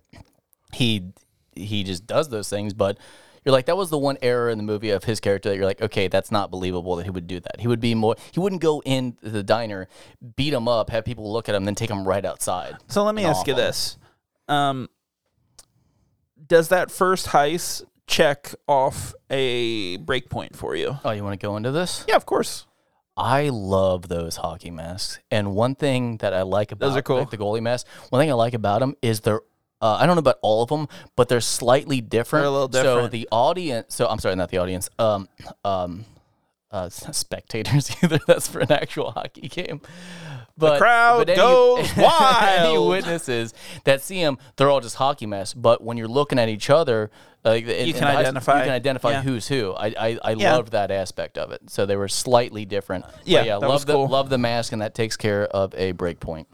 B: he he just does those things. But you're like, that was the one error in the movie of his character that you're like, okay, that's not believable that he would do that. He would be more, he wouldn't go in the diner, beat him up, have people look at him, then take him right outside.
A: So let me ask you
B: Novel.
A: this: um, Does that first heist check off a breakpoint for you?
B: Oh, you want to go into this?
A: Yeah, of course.
B: I love those hockey masks. And one thing that I like about
A: Those are cool.
B: like the goalie mask, one thing I like about them is they're uh, I don't know about all of them, but they're slightly different.
A: They're a little
B: So
A: different.
B: the audience, so I'm sorry, not the audience. Um, um, uh, s- spectators [laughs] either. That's for an actual hockey game. But
A: crowd
B: but
A: goes
B: [laughs] Any
A: wild.
B: witnesses that see them, they're all just hockey masks. But when you're looking at each other, like you
A: can identify.
B: You can identify
A: Yeah.
B: who's who. I I, I
A: Yeah.
B: loved that aspect of it. So they were slightly different. But
A: Yeah,
B: yeah.
A: that
B: love
A: was
B: the
A: cool.
B: love the mask, and that takes care of a break point.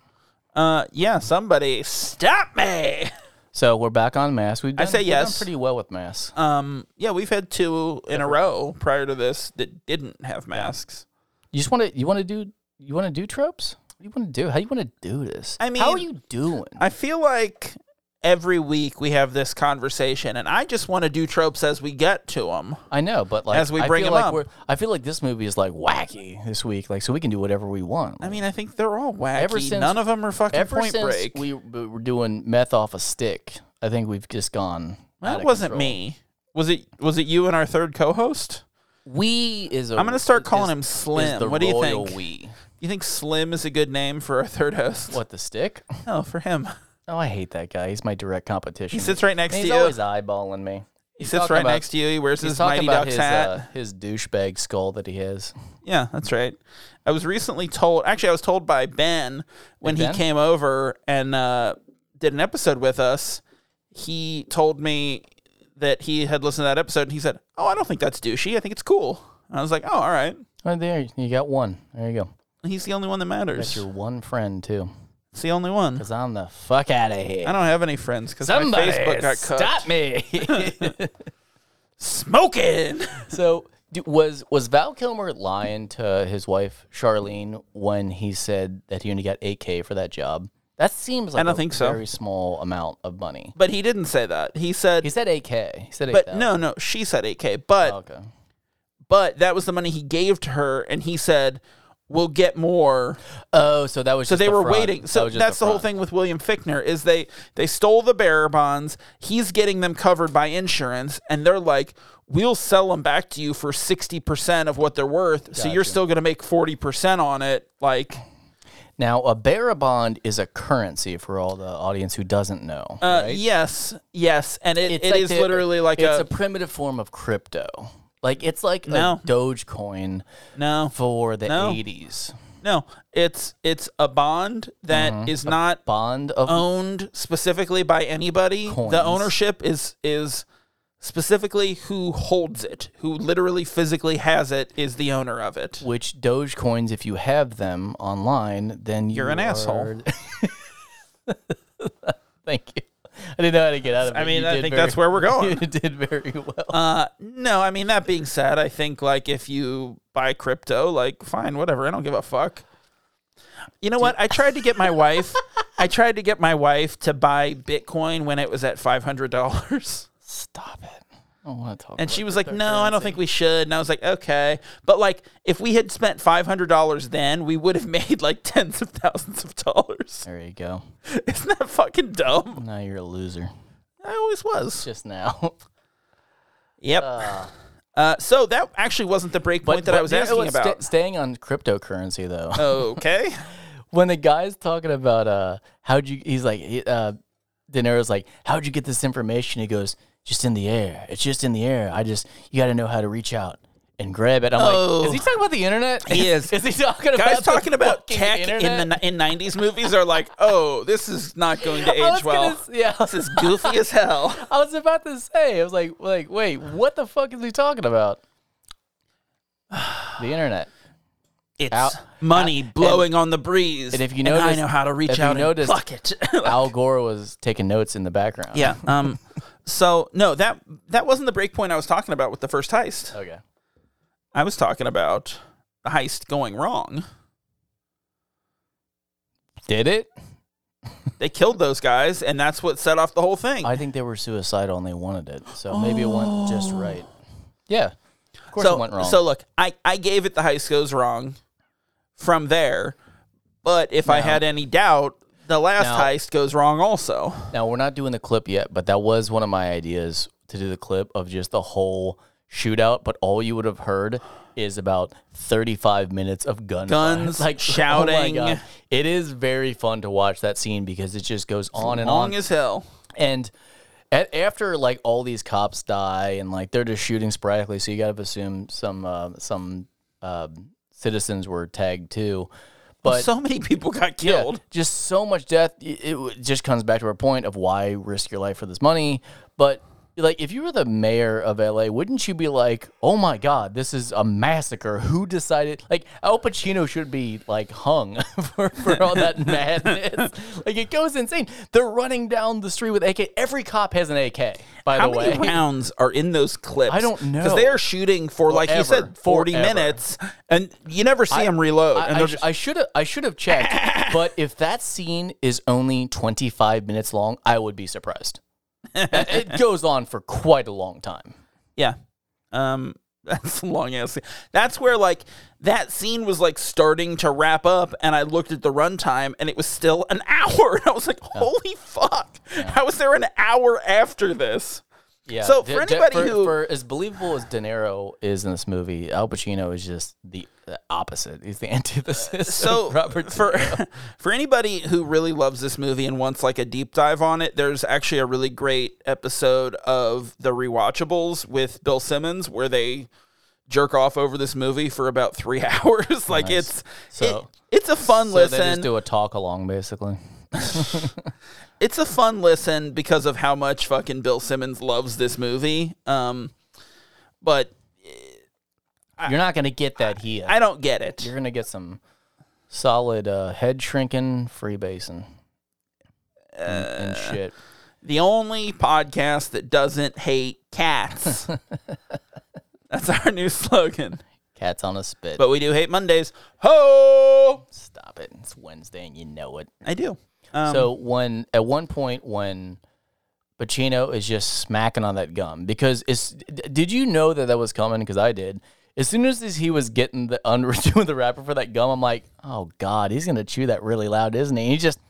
A: Uh, yeah. Somebody stop me.
B: So we're back on mask. We've done,
A: say
B: we've done
A: yes.
B: pretty well with masks.
A: Um, yeah, we've had two in a row prior to this that didn't have masks.
B: You just want to you want to do you want to do tropes. What do you want to do? How you want to do this?
A: I
B: how are
A: mean,
B: you doing?
A: I feel like every week we have this conversation, and I just want to do tropes as we get to them.
B: I know, but like
A: As we
B: I
A: bring
B: feel
A: 'em
B: like
A: up.
B: we're I feel like this movie is like wacky this week. Like so we can do whatever we want.
A: I mean, I think they're all wacky.
B: Ever since-
A: None of them are fucking
B: Ever
A: Point
B: since
A: Break.
B: we we were doing meth off a stick, I think we've just gone. out
A: that
B: of
A: wasn't
B: control.
A: me. Was it? Was it you and our third co-host?
B: We is. i
A: I'm gonna start calling him
B: Is the
A: Slim. What do you
B: royal
A: think?
B: We.
A: You think Slim is a good name for our third host?
B: What the stick?
A: No, for
B: [laughs]
A: him.
B: Oh, I hate that guy. He's my direct competition.
A: He sits right next
B: he's
A: to you.
B: always eyeballing me.
A: he
B: he's
A: sits
B: talking
A: right
B: about-
A: next to you. He wears
B: He's
A: his
B: talking
A: Mighty
B: about
A: Ducks
B: his
A: hat.
B: uh, his douchebag skull that he has.
A: Yeah, that's right. I was recently told. Actually, I was told by Ben when
B: Ben?
A: he came over and uh, did an episode with us. He told me that he had listened to that episode, and he said, "Oh, I don't think that's douchey. I think it's cool." And I was like, "Oh, all right."
B: Right there, you got one. There you go.
A: He's the only one that matters.
B: That's your one friend too.
A: It's the only one.
B: Cause I'm the fuck out of here.
A: I don't have any friends because my
B: Somebody
A: Facebook got cooked.
B: stop me. [laughs]
A: smoking.
B: so d- was was Val Kilmer lying to his wife Charlene when he said that he only got 8k for that job? That seems like
A: don't
B: a
A: think so.
B: very small amount of money.
A: [laughs] but he didn't say that. He said,
B: He said 8k. He said 8
A: "But no, no." She said, "8k." But
B: Okay.
A: but that was the money he gave to her, and he said, "We'll get more."
B: Oh, so that was
A: So
B: just
A: they
B: a
A: were
B: front.
A: waiting.
B: That
A: So
B: was just a
A: that's the whole
B: front.
A: thing with William Fickner is they they stole the bearer bonds. He's getting them covered by insurance, and they're like, "We'll sell them back to you for sixty percent of what they're worth. So you're still going to make forty percent on it." Like,
B: Now, a bearer bond is a currency for all the audience who doesn't know.
A: uh,
B: right?
A: yes, yes, and it, it is
B: like the-
A: literally like
B: it's
A: a,
B: a primitive form of crypto. Like it's like
A: No.
B: a Dogecoin
A: no,
B: for the
A: No.
B: 80s.
A: no. It's it's a bond that is not
B: Bond of
A: Oh. owned specifically by anybody.
B: Coins.
A: The ownership is is specifically who holds it, who literally physically has it is the owner of it.
B: which Dogecoins if you have them online, then you
A: You're an asshole.
B: [laughs] Thank you. I didn't know how to get out of it.
A: I mean,
B: You
A: I
B: did
A: think
B: very-
A: that's where we're
B: [laughs]
A: going.
B: You did very well.
A: Uh, no, I mean that being said, I think like if you buy crypto, like fine, whatever, I don't give a fuck. You know what? I tried to get my wife. I tried to get my wife to buy Bitcoin when it was at five hundred dollars.
B: Stop it. I don't want to talk.
A: And
B: about
A: she was like, "No, I don't think we should." And I was like, "Okay." But like, if we had spent five hundred dollars then, we would have [laughs] made like tens of thousands of dollars.
B: There you go.
A: Isn't that fucking dumb?
B: Now you're a loser. [laughs]
A: I always was. [laughs]
B: Just now.
A: Yep. Uh, so that actually wasn't the break point that I was
B: you know
A: asking
B: what, sta-
A: about.
B: staying on
A: [laughs]
B: cryptocurrency though.
A: okay.
B: [laughs] when the guy's talking about uh how'd you he's like he- uh De Niro's like, "How'd you get this information?" He goes, "Just in the air. It's just in the air. I just you got to know how to reach out and grab it." I'm
A: Oh.
B: like, "Is he talking about the internet?
A: He is.
B: [laughs] is he talking about
A: Guys
B: the
A: talking about
B: fucking
A: tech
B: internet?
A: in the ni- in '90s movies are like, oh, this is not going to
B: [laughs] I was
A: age well.
B: gonna s- yeah,
A: This is goofy as
B: [laughs]
A: hell.
B: I was about to say. I was like, like, wait, what the fuck is he talking about? [sighs] The internet.
A: It's
B: Al-
A: money blowing on the breeze.
B: and if you
A: I
B: notice-
A: know how to reach
B: if you
A: out and
B: notice-
A: fuck it. [laughs]
B: [laughs] Al Gore was taking notes in the background.
A: yeah. Um. So no, that that wasn't the break point I was talking about with the first heist.
B: Okay.
A: I was talking about the heist going wrong.
B: Did it?
A: They killed those guys, and that's what set off the whole thing.
B: I think they were suicidal and they wanted it. So maybe it went just right. Yeah. Of course
A: Oh. so,
B: it went wrong.
A: So look, I, I gave it the heist goes wrong from there, but if I
B: No.
A: had any doubt, the last
B: No.
A: heist goes wrong also.
B: now we're not doing the clip yet, but that was one of my ideas to do the clip of just the whole shootout, but all you would have heard is about 35 minutes of gun [laughs]
A: Guns, shouting.
B: It is very fun to watch that scene because it just goes on and on
A: Long as hell.
B: And at, after like all these cops die and like they're just shooting sporadically, so you got to assume some uh, some uh, citizens were tagged too. But
A: so many people got
B: yeah,
A: killed.
B: just so much death. It, it w- just comes back to our point of why risk your life for this money. But like, if you were the mayor of LA, wouldn't you be like, "Oh my God, this is a massacre"? Who decided? Like, Al Pacino should be like hung [laughs] for, for
A: [laughs]
B: all that madness. Like, it goes insane. They're running down the street with AK. Every cop has an AK. By
A: How
B: the
A: many
B: way,
A: rounds are in those clips?
B: I don't
A: because they
B: know.
A: are shooting for like you
B: Forever.
A: said, forty
B: Forever.
A: minutes, and you never see them reload. and
B: I,
A: they're
B: I, should have I should
A: [laughs]
B: have checked. but if that scene is only 25 minutes long, I would be surprised. it it goes on for quite a long time.
A: Yeah. Um [laughs] that's a long ass scene. That's where like that scene was like starting to wrap up and I looked at the runtime and it was still an [laughs] hour. And I was like, holy fuck. How was there an hour after
B: [laughs]
A: this?
B: Yeah.
A: So for anybody
B: for,
A: who-
B: for as believable as De Niro is in this movie, Al Pacino is just the, the opposite. He's the [laughs] antithesis.
A: Uh, So
B: of Robert. De-
A: for [laughs] for anybody who really loves this movie and wants like a deep dive on it, there's actually a really great episode of the rewatchables with Bill Simmons where they jerk off over this movie for about three [laughs] hours. like it's
B: So-
A: it- it's a fun
B: so
A: listen.
B: they just do a talk along, basically.
A: it's a fun listen because of how much fucking Bill Simmons loves this movie. Um, but
B: You're not gonna get that here.
A: I don't get it.
B: You're gonna get some solid uh, head shrinking free basin and, and
A: Uh,
B: shit.
A: The only podcast that doesn't hate
B: [laughs]
A: cats. That's our new slogan.
B: Cats on a spit.
A: But we do hate Mondays. Ho!
B: Stop it. It's Wednesday and you know it.
A: I do. Um,
B: so when at one point when Pacino is just smacking on that gum because it's d- did you know that that was coming because I did. As soon as this- he was getting the under [laughs] doing the wrapper for that gum, I'm like, oh god, he's gonna chew that really loud, isn't he? And he just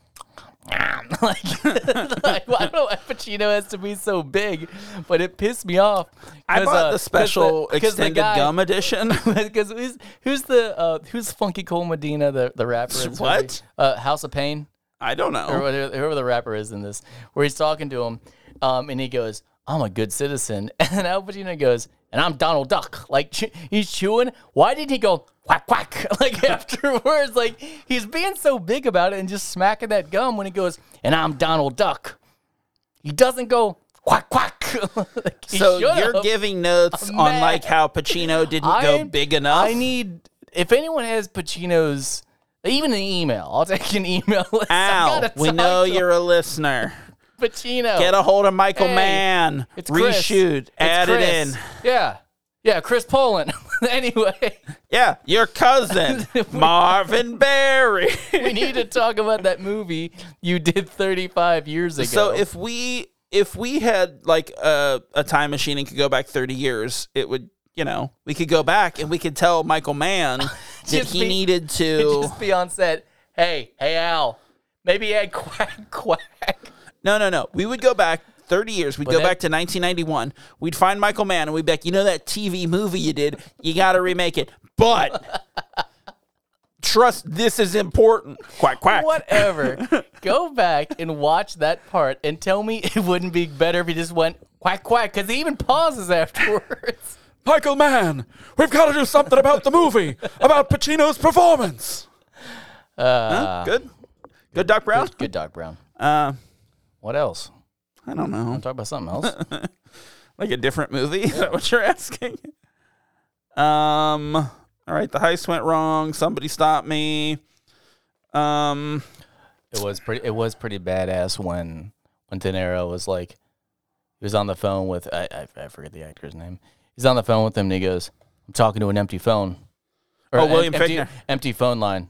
B: [laughs] like, [laughs] like why do Pacino has to be so big? But it pissed me off.
A: I
B: 'cause,
A: bought
B: uh,
A: the
B: 'cause
A: special
B: 'cause the
A: extended
B: guy-
A: gum edition. [laughs]
B: because who's who's the uh, who's Funky Cole Medina the the rapper? in this
A: What?
B: movie? Uh, House of Pain
A: I don't
B: or
A: know.
B: whatever, whoever the rapper is in this, where he's talking to him, um, and he goes, "I'm a good citizen," [laughs] and Al Pacino goes, "And I'm Donald Duck." Like che- he's chewing. Why did he go quack quack? [laughs] Like afterwards, like he's being so big about it and just smacking that gum when he goes, "And I'm Donald Duck." He doesn't go quack [laughs] quack. Like, he
A: So
B: should've.
A: you're giving notes
B: I'm
A: on
B: mad.
A: like how Pacino didn't go
B: I'm-
A: big enough.
B: I need if anyone has Pacino's even an email. I'll take an email. [laughs] List. I
A: Al,
B: gotta
A: we
B: talk
A: know
B: to
A: you're a listener.
B: Pacino.
A: Get a hold of Michael
B: Hey,
A: Mann.
B: it's Chris.
A: Reshoot.
B: It's
A: add
B: Chris.
A: it in.
B: Yeah, yeah. Chris Poland. [laughs] anyway,
A: Yeah, your
B: [laughs]
A: cousin Marvin Barry.
B: we need to talk about that movie you did 35 years ago.
A: so if we if we had like a a time machine and could go back thirty years, it would you know we could go back and we could tell Michael
B: [laughs]
A: Mann that
B: Just
A: he
B: be-
A: needed
B: It'd
A: to.
B: [laughs] [laughs] just be on set, hey, hey Al, maybe add quack quack.
A: No, no, no. We would go back 30 years. We'd go
B: that-
A: back to 1991. We'd find Michael Mann and we'd be
B: [laughs]
A: like, you know that TV movie you did? You got to remake it. But trust this is important. Quack quack.
B: [laughs] Whatever. Go back and watch that part and tell me it wouldn't be better if he just went quack quack because he even pauses [laughs] afterwards.
A: Michael Mann, we've got to do something about the movie, about Pacino's performance.
B: Uh,
A: Huh? Good. Good, Doc Brown?
B: Good dog, Brown.
C: Uh,
B: What else?
C: I don't know.
B: Talk about something else.
C: Like a different
A: Movie? [laughs] Is that what you're asking? Um. All right, the heist went wrong. Somebody stopped me. Um.
B: It was pretty. It was pretty badass when when De Niro was like, he was on the phone with I I, I forget the actor's name. He's on the phone with him and he goes, "I'm talking to an empty phone." Or
A: Oh,
B: em-
A: William
B: empty,
A: Fichtner.
B: empty phone line.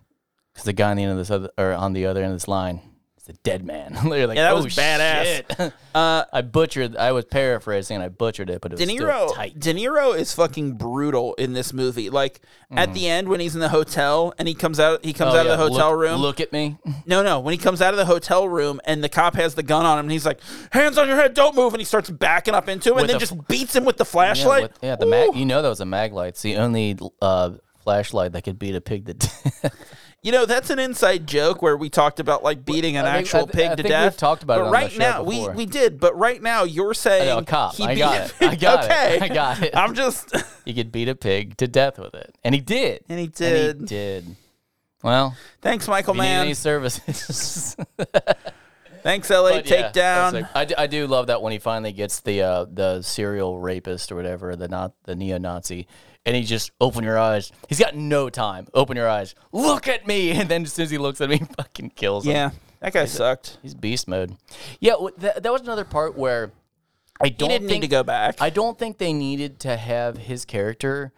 B: Because the guy on the end of this other, or on the other end of this line is a dead man. [laughs] They're like,
A: Yeah, that
B: "Oh,
A: was badass."
B: shit." [laughs]
A: Uh,
B: I butchered. I was paraphrasing and I butchered it, but it was
A: De Niro,
B: still tight.
A: De Niro is fucking brutal in this movie. Like at the end when he's in the hotel and he comes out, he comes
B: Mm. Oh,
A: out
B: yeah,
A: of the hotel
B: look-
A: room.
B: Look at me.
A: No, no, when he comes out of the hotel room and the cop has the gun on him and he's like, "Hands on your head, don't move," and he starts backing up into him and
B: With
A: then
B: the-
A: just beats him with the
B: Yeah,
A: flashlight.
B: with- yeah, the mag. You know that was a mag light. It's the only uh, flashlight that could beat a pig to [laughs] death.
A: You know, that's an inside joke where we talked about like beating an
B: I think-
A: actual
B: I th-
A: pig
B: I
A: to
B: think
A: death.
B: we've talked about
A: but
B: it on the
A: right
B: show
A: now,
B: before.
A: we we did. But right now, you're saying
B: know, a cop.
A: he
B: I
A: beat
B: got
A: a
B: it.
A: pig.
B: I got it.
A: okay.
B: [laughs] I got it.
A: I'm just. [laughs]
B: you could beat a pig to death with it, and he did.
A: And he
B: And he
A: did.
B: did. Well,
A: Thanks, Michael
B: if you need
A: Mann.
B: any services? [laughs]
A: Thanks, LA
B: But yeah,
A: Takedown.
B: that's like- I, do, I do love that when he finally gets the uh, the serial rapist or whatever, the not the neo Nazi, and he just open your eyes. He's got no time. Open your eyes. Look at me, [laughs] and then as soon as he looks at me, [laughs] he fucking kills him.
A: yeah, that guy sucked.
B: he's beast mode. Yeah, wh- that, that was another part where I
A: He
B: don't
A: didn't need
B: think
A: to go back.
B: I don't think they needed to have his character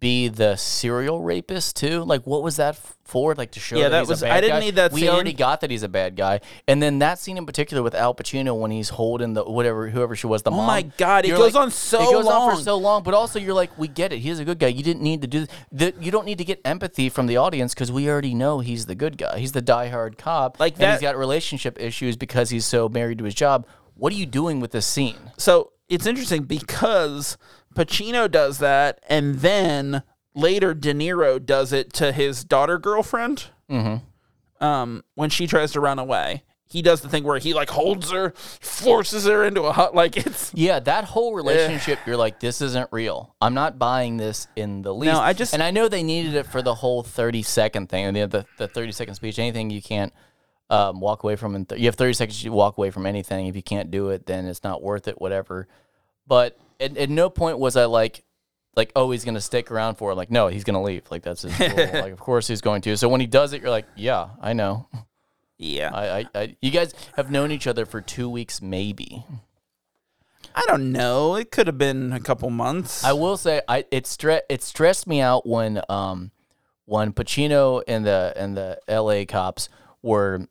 B: be the serial rapist too. Like, what was that f- for? Like to show?
A: Yeah,
B: that,
A: that
B: he's
A: was- I
B: A bad
A: didn't
B: guy?
A: need that
B: We
A: scene.
B: already got that he's a bad guy, and then that scene in particular with Al Pacino when he's holding the whatever whoever she was the mom.
A: Oh my God, it
B: You're
A: goes on so
B: it goes on
A: long.
B: for so long. But also, you're like, we get it. He's a good guy. You didn't need to do that. You don't need to get empathy from the audience because we already know he's the good guy. He's the diehard cop.
A: Like
B: and he's
A: that-
B: got relationship issues because he's so married to his job. What are you doing with this scene?
A: so it's interesting because Pacino does that, and then later De Niro does it to his daughter girlfriend. Mm-hmm. Um, when she tries to run away, he does the thing where he like holds her, forces her into a hut. Like it's
B: Yeah, that
A: Eh.
B: whole relationship, you're like, this isn't real. I'm not buying this in the least.
A: I just-
B: and I know they needed it for the whole 30 second thing, and the the, the 30 second speech. Anything you can't um, walk away from, in th- you have 30 seconds to walk away from anything. If you can't do it, then it's not worth it. Whatever. But at, at no point was I like, like, oh, he's gonna stick around for it. Like, no, he's gonna leave. Like
A: [laughs]
B: that's his rule. like, of course he's going to. So when he does it, you're like, yeah, I know.
A: yeah.
B: I, I, I you guys have known each other for two weeks, maybe.
A: I don't know. It could have been a couple months.
B: I will say I it stre- it stressed me out when um when Pacino and the and the LA cops were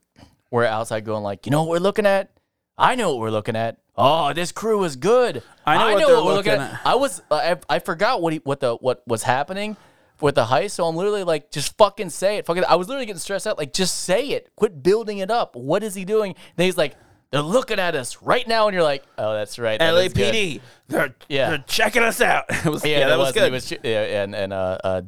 B: were outside going like, you know what we're looking at? I know what we're looking at. Oh, this crew is good.
A: I know what they're looking at."
B: I was I, I forgot what he, what the what was happening with the heist, so I'm literally like, just fucking say it. Fucking, I was literally getting stressed out. Like, just say it. Quit building it up. What is he doing? Then he's like, they're looking at us right now, and you're like, oh, that's right. that is good.
A: LAPD, they're,
B: Yeah.
A: they're checking us out. [laughs] It was- yeah,
B: Yeah,
A: that was,
B: and
A: good.
B: It was, ju- yeah, and and uh, uh,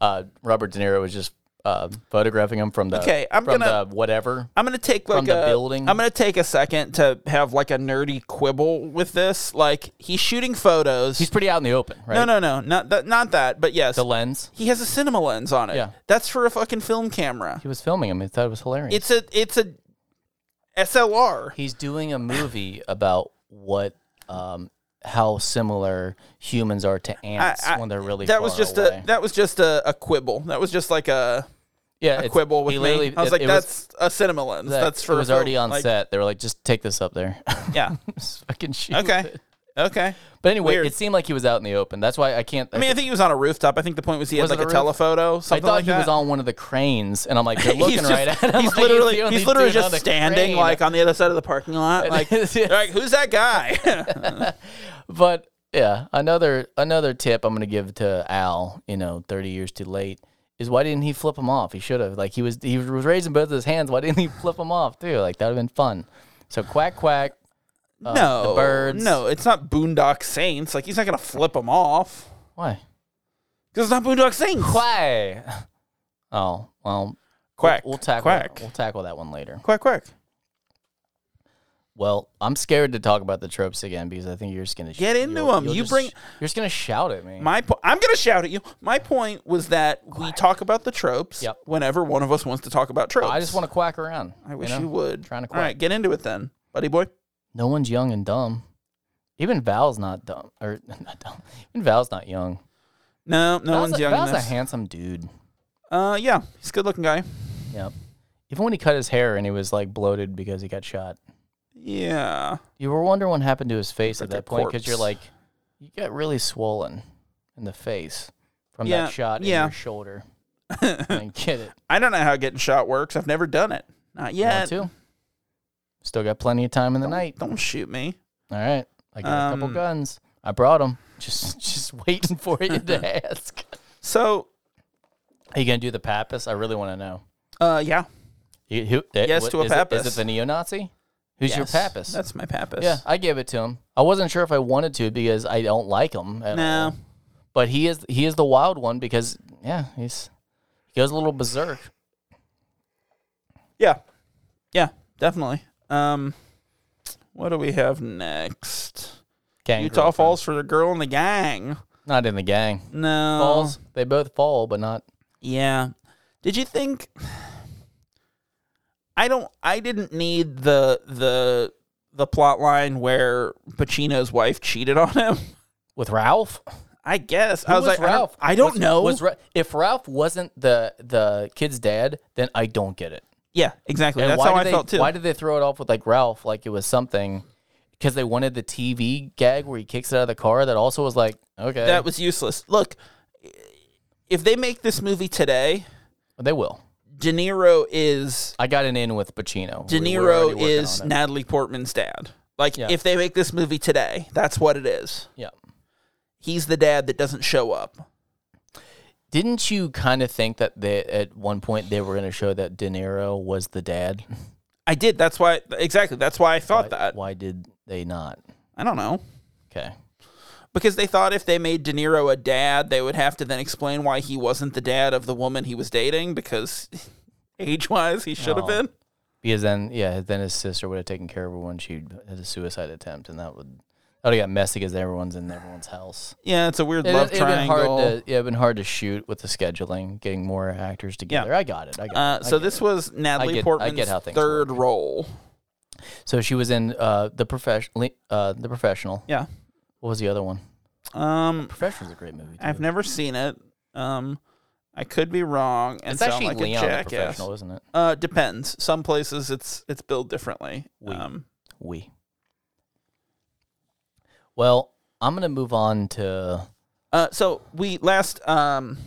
B: uh, Robert De Niro was just uh, photographing him from the
A: Okay, I'm
B: from
A: gonna-
B: the whatever.
A: I'm gonna take like
B: From the
A: a,
B: building.
A: I'm gonna take a second to have like a nerdy quibble with this. Like he's shooting photos.
B: He's pretty out in the open, right?
A: no, no, no, not that, not that. But yes,
B: The lens.
A: he has a cinema lens on it.
B: Yeah.
A: that's for a fucking film camera.
B: He was filming him. I thought it was hilarious.
A: It's a it's a SLR.
B: He's doing a movie about what. Um, how similar humans are to ants
A: I-
B: when they're really
A: That was
B: far
A: just
B: away.
A: a that was just a, a quibble. That was just like a,
B: yeah,
A: a
B: it's-
A: quibble with
B: he
A: me.
B: literally-
A: I was
B: it-
A: like,
B: it
A: that's a cinema lens.
B: that-
A: that's for
B: it
A: a
B: was
A: film.
B: already on
A: Like,
B: set. They were like, just take this up there. [laughs]
A: Yeah.
B: Just fucking shoot
A: Okay.
B: it.
A: okay.
B: But anyway,
A: Weird.
B: it seemed like he was out in the open. That's why I can't.
A: I mean, I think he was on a rooftop. I think the point was he
B: Was
A: had like
B: it a
A: a,
B: roof-
A: telephoto.
B: I
A: Something
B: thought
A: like
B: he
A: that.
B: was on one of the cranes, and I'm like, they're looking
A: just-
B: right at
A: [laughs]
B: him. [laughs]
A: He's
B: like,
A: literally
B: the
A: he's,
B: only
A: literally
B: dude on
A: just
B: the
A: standing
B: crane. [laughs]
A: like on the other side of the parking lot. Like,
B: Yes.
A: they're like who's that
B: [laughs]
A: guy?
B: But yeah, another another tip I'm gonna give to Al, you know, 30 years too late, is why didn't he flip him off? He should have. Like he was he was raising both his hands. Why didn't he flip him off too? Like that would have been fun. So quack quack.
A: no,
B: uh, the birds.
A: No, it's not Boondock Saints. Like he's not gonna flip him off
B: Why?
A: because it's not Boondock Saints.
B: Why? [laughs] Oh well,
A: Quack.
B: we'll tackle
A: Quack.
B: we'll tackle that one later.
A: Quack, quack.
B: Well, I'm scared to talk about the tropes again because I think you're just gonna sh-
A: Get into
B: you'll-
A: 'em.
B: you'll
A: You
B: just-
A: bring-
B: you're just gonna shout at me.
A: My po- I'm gonna shout at you. My point was that we talk about the tropes
B: Yep.
A: whenever one of us wants to talk about tropes.
B: I just want to quack around.
A: I wish
B: know?
A: you would.
B: Trying to
A: All right, get into it then, buddy boy.
B: No one's young and dumb. Even Val's not dumb, or [laughs] not dumb. Even Val's not young.
A: No, no
B: Val's
A: one's
B: a,
A: young. in
B: Val's a
A: this.
B: handsome dude.
A: uh, yeah, he's a good-looking guy.
B: Yep. Even when he cut his hair and he was like bloated because he got shot,
A: Yeah,
B: you were wondering what happened to his face at
A: Like a
B: that point because you're
A: corpse.
B: like, you got really swollen in the face from
A: Yeah,
B: that shot in
A: yeah.
B: your shoulder. I
A: [laughs]
B: didn't get it.
A: I don't know how getting shot works. I've never done it. Not
B: Yeah.
A: yet.
B: Too. Still got plenty of time in the night.
A: Don't shoot me.
B: All right. I got a couple
A: Um,
B: guns. I brought them. Just, [laughs] just waiting for
A: [laughs]
B: you to ask.
A: So,
B: Are you gonna do the Pappas? I really want to know.
A: uh, yeah,
B: You- who- that-
A: Yes to a
B: is it-
A: Pappas.
B: is it the neo-Nazi? Who's your
A: Yes.
B: Pappas?
A: That's my Pappas.
B: yeah, I gave it to him. I wasn't sure if I wanted to because I don't like him. At
A: No.
B: all. but he is he is the wild one because yeah, he's he goes a little berserk.
A: Yeah. Yeah, definitely. Um what do we have next?
B: Gang
A: Utah
B: girlfriend.
A: falls for the girl in the gang.
B: not in the gang.
A: No.
B: Falls. They both fall, but not.
A: Yeah. Did you think [sighs] I don't I didn't need the the the plot line where Pacino's wife cheated on him. [laughs]
B: With Ralph,
A: I guess.
B: Who
A: I was, like I don't-
B: Ralph?
A: I don't,
B: Was-
A: know.
B: Was Ra- if Ralph wasn't the the kid's dad, then I don't get it.
A: yeah, exactly.
B: And
A: That's
B: why
A: how
B: did
A: I
B: they,
A: felt too.
B: Why did they throw it off with like Ralph, like it was something? Because they wanted the TV gag where he kicks it out of the car. That also was like, okay,
A: that was useless. Look, if they make this movie today,
B: they will.
A: De Niro is
B: I got an in with Pacino.
A: De
B: We- we were already
A: Niro
B: working
A: is
B: on it.
A: Natalie Portman's dad. Like,
B: Yeah.
A: if they make this movie today, that's what it is.
B: yeah.
A: He's the dad that doesn't show up.
B: Didn't you kind of think that they at one point they were going to show that De Niro was the dad?
A: I did. That's why, exactly. That's why I thought that.
B: Why did they not?
A: I don't know.
B: Okay.
A: Because they thought if they made De Niro a dad, they would have to then explain why he wasn't the dad of the woman he was dating because [laughs] age wise, he should have
B: Oh.
A: been.
B: Because then, yeah, then his sister would have taken care of her when she had a suicide attempt, and that would that would have got messy because everyone's in everyone's house.
A: Yeah, it's a weird
B: It,
A: love
B: it'd been
A: triangle.
B: hard to, yeah, it'd been hard to shoot with the scheduling, getting more actors together. I got it. I got
A: uh,
B: it. I
A: so
B: get
A: this
B: it.
A: was Natalie
B: get- I
A: Portman's
B: get how things
A: third role.
B: So she was in uh, the professional. Uh, the professional.
A: Yeah.
B: What was the other one?
A: Um,
B: Professional's a great movie. Too.
A: I've never seen it. Um, I could be wrong and
B: it's
A: sound
B: actually
A: like
B: Leon
A: a
B: the
A: jackass.
B: professional, isn't it?
A: Uh, depends. Some places it's it's billed differently.
B: We-
A: Um,
B: We. Well, I'm gonna move on to
A: uh, so we last um,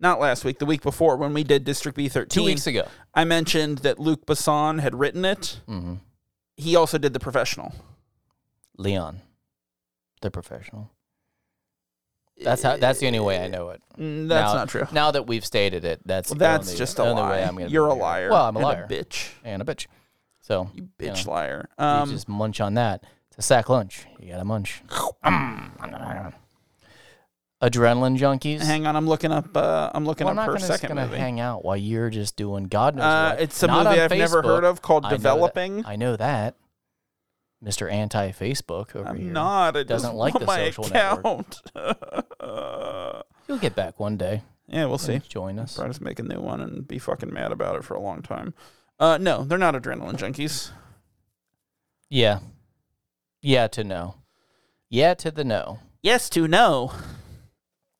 A: not last week, the week before when we did District B
B: two
A: thirteen,
B: weeks ago.
A: I mentioned that Luc Besson had written it.
B: hmm
A: He also did the professional.
B: Leon, the professional. That's how. That's the only way I know it.
A: Mm, That's
B: Now-
A: not true.
B: Now that we've stated it, that's
A: Well,
B: the
A: that's
B: only-
A: just
B: the
A: a
B: only way
A: lie.
B: I'm gonna
A: You're a
B: believe it.
A: liar.
B: Well, I'm a
A: and
B: liar
A: bitch.
B: and a bitch. So
A: You
B: you know.
A: bitch liar.
B: you
A: Um,
B: just munch on that. It's a sack lunch. You
A: [coughs]
B: gotta munch. Adrenaline junkies.
A: hang on, I'm looking up. Uh, I'm looking
B: well, I'm
A: up
B: not
A: her
B: gonna, just
A: second
B: gonna
A: movie.
B: hang out while you're just doing God knows
A: Uh,
B: what.
A: it's a
B: Not
A: movie
B: on
A: I've never heard
B: Facebook.
A: of called
B: I know that-
A: Developing.
B: I know that. Mr. Anti Facebook over
A: I'm
B: here.
A: not. It
B: Doesn't
A: doesn't
B: like
A: like
B: the
A: my
B: social
A: account.
B: You'll get back one day.
A: [laughs] yeah,
B: Oh,
A: we'll see.
B: Join us.
A: Try to make a new one and be fucking mad about it for a long time. Uh, no, they're not adrenaline junkies.
B: Yeah. Yeah to no. Yeah to the no.
A: Yes to no.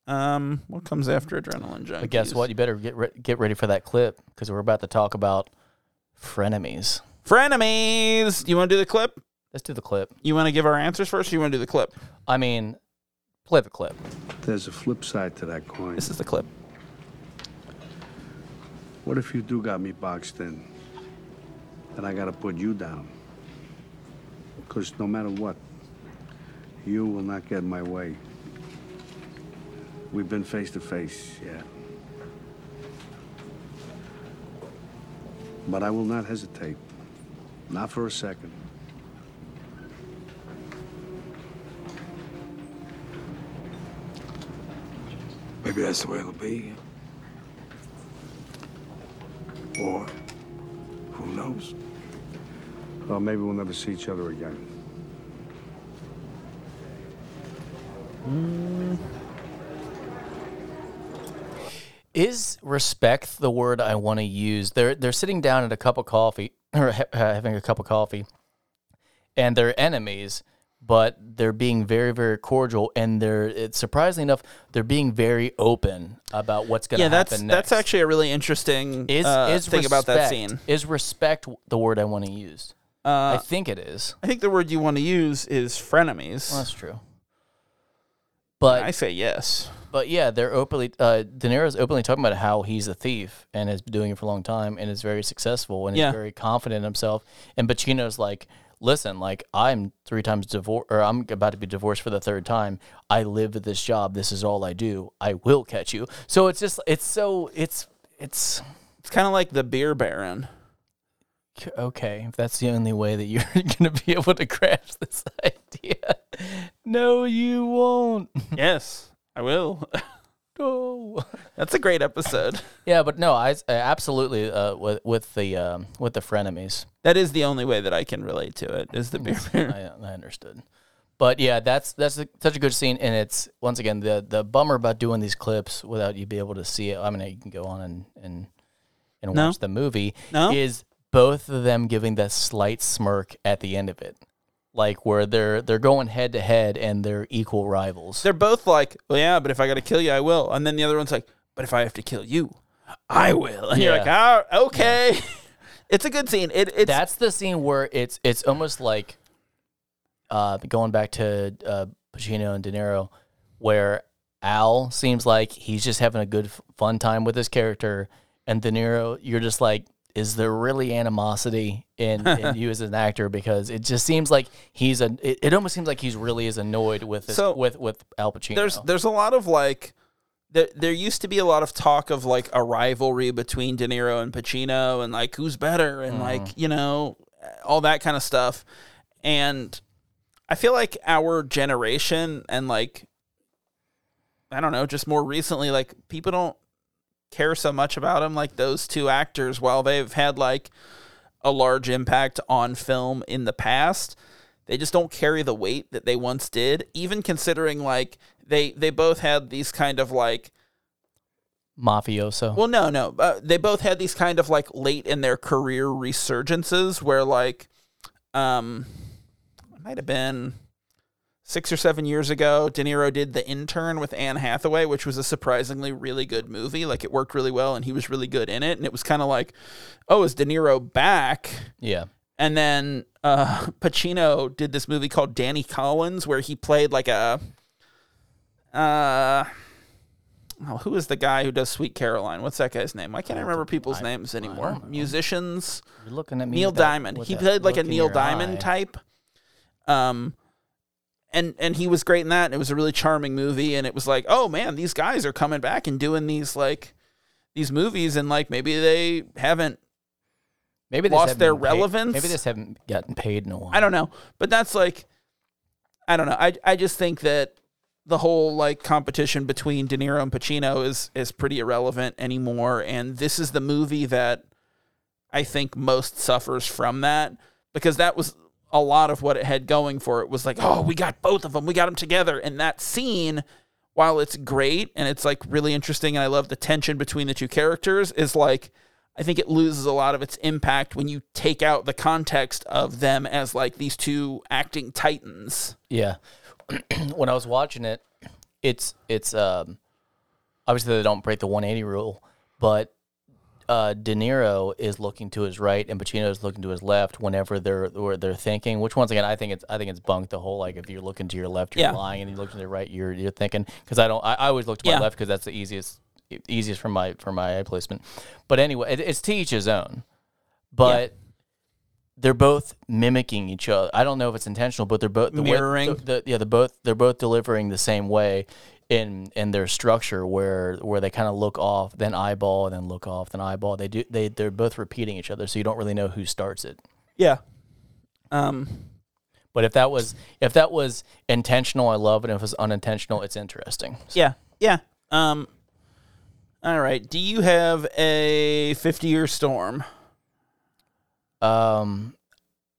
A: Um, what comes after adrenaline junkies?
B: But guess what? You better get re- get ready for that clip because we're about to talk about frenemies.
A: Frenemies. You want to do the clip?
B: Let's do the clip.
A: You want to give our answers first? Or you want to do the clip?
B: I mean, play the clip.
D: There's a flip side to that coin.
A: This is the clip.
D: What if you do got me boxed in? Then I gotta put you down. Because no matter what, you will not get my way. We've been face to face, yeah. But I will not hesitate. Not for a second.
E: Maybe that's the way it'll be.
D: Or who knows? Or maybe we'll never see each other again.
B: Is respect the word I want to use? They're they're sitting down at a cup of coffee [laughs] or ha- having a cup of coffee, and they're enemies, but they're being very very cordial, and they're it's surprisingly enough they're being very open about what's going to
A: Yeah, that's
B: happen next.
A: that's actually a really interesting
B: is
A: uh,
B: is
A: thing about that
B: respect-
A: scene. Uh,
B: Is respect the word I want to use? I think it is.
A: I think the word you want to use is frenemies.
B: That's true. But
A: I say yes.
B: But yeah, they're openly uh, De Niro's openly talking about how he's a thief and is doing it for a long time and is very successful and
A: Yeah.
B: is very confident in himself. And Pacino's like, listen, like I'm three times divorced or I'm about to be divorced for the third time. I live at this job. This is all I do. I will catch you. So it's just it's so it's it's
A: It's kind of like the beer baron.
B: okay. If that's the only way that you're [laughs] gonna be able to crash this [laughs] idea, no, you won't.
A: yes, I will. [laughs]
B: No.
A: that's a great episode.
B: Yeah, but no, I, I absolutely uh, with with the um, with the frenemies.
A: [laughs] That is the only way that I can relate to it is the beer [laughs] baron.
B: I, I understood, but yeah, that's that's a, such a good scene, and it's once again the the bummer about doing these clips without you be able to see it. I mean, you can go on and and and
A: No.
B: watch the movie.
A: No.
B: is both of them giving that slight smirk at the end of it, like where they're they're going head to head and they're equal rivals.
A: They're both like, well, yeah, but if I got to kill you, I will. And then the other one's like, but if I have to kill you, I will. And you're
B: Yeah.
A: like, ah, okay. [laughs] it's a good scene. It, it's
B: that's the scene where it's it's almost like uh, going back to uh, Pacino and De Niro, where Al seems like he's just having a good f- fun time with his character, and De Niro, you're just like, is there really animosity in, in
A: [laughs]
B: you as an actor? Because it just seems like he's a. It, it almost seems like he's really is annoyed with this,
A: So,
B: with with Al Pacino.
A: there's there's a lot of like there there used to be a lot of talk of like a rivalry between De Niro and Pacino and like who's better and like you know all that kind of stuff and I feel like our generation and like I don't know just more recently like people don't care so much about them like those two actors while they've had like a large impact on film in the past they just don't carry the weight that they once did even considering like they they both had these kind of like
B: mafioso.
A: well no no uh, they both had these kind of like late in their career resurgences where like um it might have been six or seven years ago de niro did the intern with anne hathaway which was a surprisingly really good movie like it worked really well and he was really good in it and it was kind of like oh is de niro back
B: yeah,
A: and then uh, [laughs] Pacino did this movie called Danny Collins, where he played like a. Uh, oh, who is the guy who does Sweet Caroline? What's that guy's name? Why can't I remember people's names anymore? Musicians.
B: you're looking at me
A: Neil
B: with that-
A: Diamond.
B: with
A: He
B: that
A: played like a
B: look in
A: Neil
B: your
A: Diamond
B: eye.
A: type. Um, and and he was great in that. And it was a really charming movie. And it was like, oh man, these guys are coming back and doing these like these movies, and like maybe they haven't
B: Maybe they
A: lost
B: just
A: their
B: haven't been paid-
A: relevance.
B: maybe they just haven't gotten paid in a while.
A: I don't know. But that's like I don't know. I I just think that the whole like competition between De Niro and Pacino is is pretty irrelevant anymore and this is the movie that I think most suffers from that because that was a lot of what it had going for it was like, "Oh, we got both of them. We got them together." And that scene while it's great and it's like really interesting and I love the tension between the two characters is like I think it loses a lot of its impact when you take out the context of them as like these two acting titans.
B: Yeah. [clears throat] when I was watching it, it's it's um obviously they don't break the 180 rule, but uh, De Niro is looking to his right and Pacino is looking to his left whenever they're or they're thinking. Which once again, I think it's I think it's bunk the whole like if you're looking to your left, you're
A: Yeah.
B: lying, and you look to the right, you're you're thinking. Because I don't, I, I always look to my
A: Yeah.
B: left because that's the easiest easiest for my for my eye placement. But anyway, it, it's to each his own. But they're both mimicking each other. I don't know if it's intentional, but they're both the way-
A: Mirroring.
B: the, the- yeah, they're both they're both delivering the same way in in their structure, where where they kind of look off, then eyeball, then look off, then eyeball. They do they they're both repeating each other, so you don't really know who starts it.
A: Yeah. Um
B: But if that was if that was intentional, I love it. If it was unintentional, it's interesting.
A: yeah. Yeah. Um All right. Do you have a 50 year storm?
B: Um,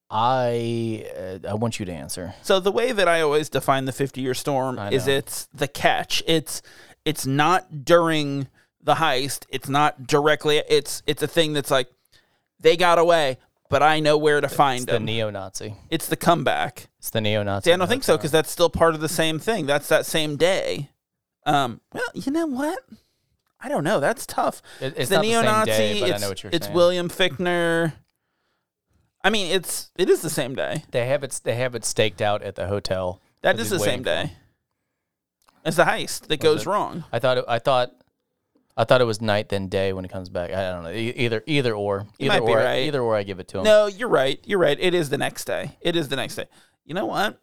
B: I uh, I want you to answer.
A: So the way that I always define the 50 year storm
B: I
A: is
B: know.
A: it's the catch. It's it's not during the heist. It's not directly it's it's a thing that's like they got away, but I know where to find
B: It's the
A: them.
B: neo-Nazi.
A: it's the comeback.
B: It's the neo-Nazi.
A: See, I don't think so because that's still part of the same thing. That's that same day. Um, well, you know what? I don't know. That's tough.
B: It- it's not the same day, but I
A: it's,
B: know what you're
A: it's
B: saying.
A: William Fickner. I mean, it's it is the same day.
B: they have it. They have it staked out at the hotel.
A: That
B: Because
A: is the
B: he's
A: same
B: waiting
A: day
B: for
A: as the heist that goes
B: it?
A: wrong.
B: I thought. It, I thought. I thought it was night then day when it comes back. I don't know. E- Either either or either
A: might be
B: or
A: right.
B: either or I give it to him.
A: No, you're right. You're right. It is the next day. It is the next day. You know what?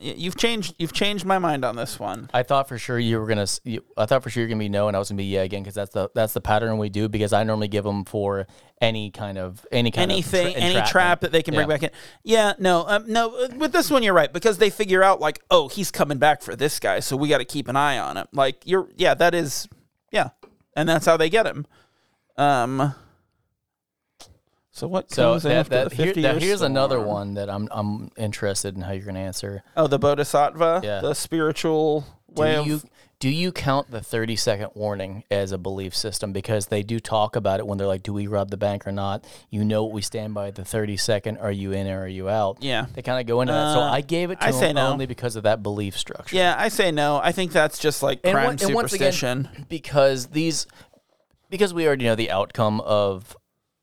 A: Y- You've changed. You've changed my mind on this one.
B: I thought for sure you were gonna. s- You, I thought for sure you're gonna be no, and I was gonna be yeah again because that's the that's the pattern we do. Because I normally give them for any kind of any kind
A: anything,
B: of tra-
A: any
B: entrapment.
A: trap that they can bring
B: Yeah.
A: back in. Yeah, no, um, no. uh, With this one, you're right because they figure out like, oh, he's coming back for this guy, so we got to keep an eye on him. Like, you're, yeah, that is, yeah, and that's how they get him. Um. So what
B: So
A: comes
B: that,
A: after
B: that,
A: the
B: here,
A: 50
B: that-
A: year
B: here's another
A: storm?
B: one that I'm I'm interested in how you're gonna answer.
A: Oh, the bodhisattva,
B: Yeah.
A: the spiritual way
B: do
A: of
B: you do you count the 30 second warning as a belief system because they do talk about it when they're like do we rob the bank or not you know what we stand by at the 30 second are you in or are you out
A: Yeah.
B: they kind of go into that so
A: Uh,
B: i gave it to
A: I
B: them
A: say no.
B: only because of that belief structure
A: Yeah, I say no. I think that's just like crime
B: on- and once again,
A: superstition.
B: because these because we already know the outcome of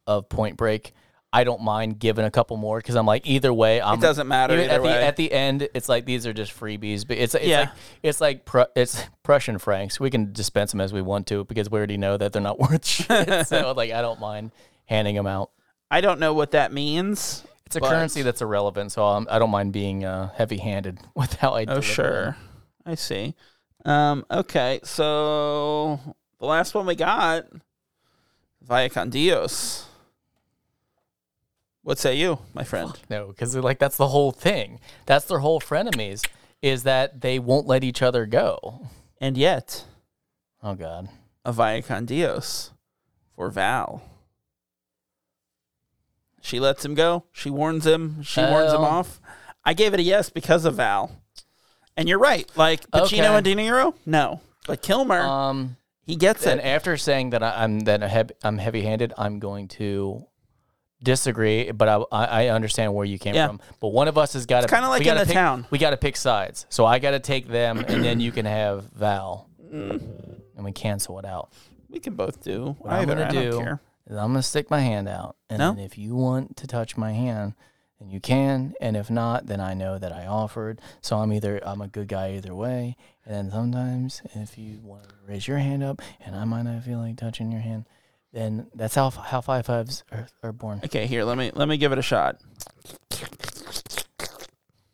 B: of Point Break. I don't mind giving a couple more because I'm like either way. I'm,
A: doesn't matter
B: even
A: either
B: at,
A: way.
B: The, at the end, it's like these are just freebies. But it's, it's
A: Yeah.
B: like it's like Pru- it's Prussian francs. We can dispense them as we want to because we already know that they're not [laughs] worth shit. so like I don't mind handing them out.
A: I don't know what that means.
B: It's a
A: but-
B: currency that's irrelevant, so I'm, I don't mind being uh, heavy-handed [laughs] with how I.
A: Oh, sure. I see. Um, okay, so the last one we got, Vaya con Dios. What say you, my friend?
B: No, because like that's the whole thing. That's their whole frenemies is that they won't let each other go.
A: And yet,
B: Oh God,
A: a Vaya con Dios for Val. She lets him go. She warns him. She warns him
B: Well.
A: off. I gave it a yes because of Val. And you're right. Like Pacino
B: Okay.
A: and De Niro, no. But Kilmer,
B: um,
A: he gets
B: and
A: it.
B: after saying that I, I'm that I have, I'm heavy-handed, I'm going to disagree. But I I I understand where you came
A: Yeah.
B: from. But one of us has got to
A: kinda like in a town.
B: We got to pick sides. So I got to take them, and then you can have Val,
A: Mm.
B: and we cancel it out.
A: We can both do.
B: What I'm
A: either.
B: gonna
A: I
B: do
A: don't care.
B: is I'm gonna stick my hand out, and
A: No?
B: then if you want to touch my hand, then you can, and if not, then I know that I offered. So I'm either I'm a good guy either way. And then sometimes if you want to raise your hand up, and I might not feel like touching your hand, then that's how how five fives are, are born.
A: Okay, here, let me let me give it a shot.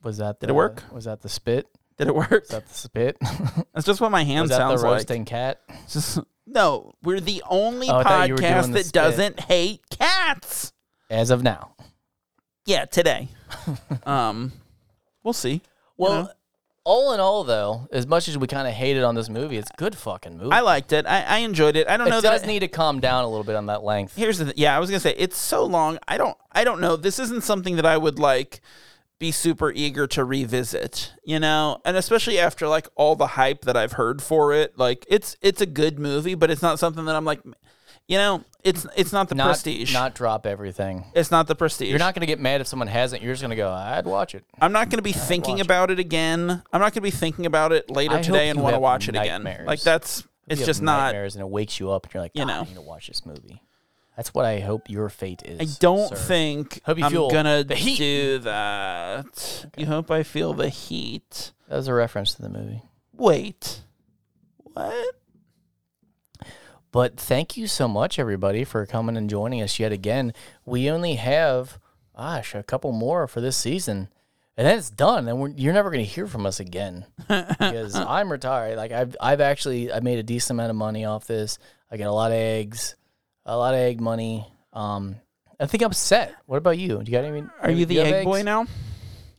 B: Was that the,
A: Did it work?
B: Was that the spit?
A: Did it work?
B: Is that the spit? [laughs]
A: That's just what my hand
B: was that the
A: sounds like.
B: roasting cat?
A: It's just- no, we're the only
B: Oh, I thought you were
A: podcast
B: doing the
A: that
B: spit.
A: doesn't hate cats.
B: As of now.
A: Yeah,
B: [laughs]
A: today. um, we'll see.
B: Well. All in all, though, as much as we kind of hated on this movie, it's a good fucking movie.
A: I liked it. I, I enjoyed it. I don't know
B: it does
A: that. I-
B: need to calm down a little bit on that length.
A: here's the th- yeah. I was gonna say it's so long. I don't. I don't know. This isn't something that I would like be super eager to revisit. You know, and especially after like all the hype that I've heard for it. Like it's it's a good movie, but it's not something that I'm like. You know, it's it's not the
B: Not
A: prestige.
B: not drop everything.
A: It's not the prestige.
B: You're not gonna get mad if someone hasn't. You're just gonna go. I'd watch it.
A: I'm not going to be thinking about it again. I'm not going to be thinking about it later
B: I
A: today
B: hope
A: and
B: you
A: want to
B: have
A: watch it again.
B: nightmares.
A: Like that's it's
B: You have
A: just not.
B: nightmares, and it wakes you up, and you're like,
A: You
B: "Ah,
A: know."
B: I need to watch this movie. That's what I hope your fate is.
A: I don't
B: sir.
A: think
B: Hope you
A: I'm
B: feel
A: gonna
B: the heat.
A: do that. You hope I feel the heat.
B: that was a reference to the movie.
A: Wait, what?
B: But thank you so much, everybody, for coming and joining us yet again. We only have, gosh, a couple more for this season. And then it's done, and we're, you're never going to hear from us again
A: [laughs]
B: because I'm retired. Like I've, I've actually, I made a decent amount of money off this. I get a lot of eggs, a lot of egg money. Um, I think I'm set. What about you? Do you got any?
A: Are you the
B: have
A: egg
B: eggs?
A: boy now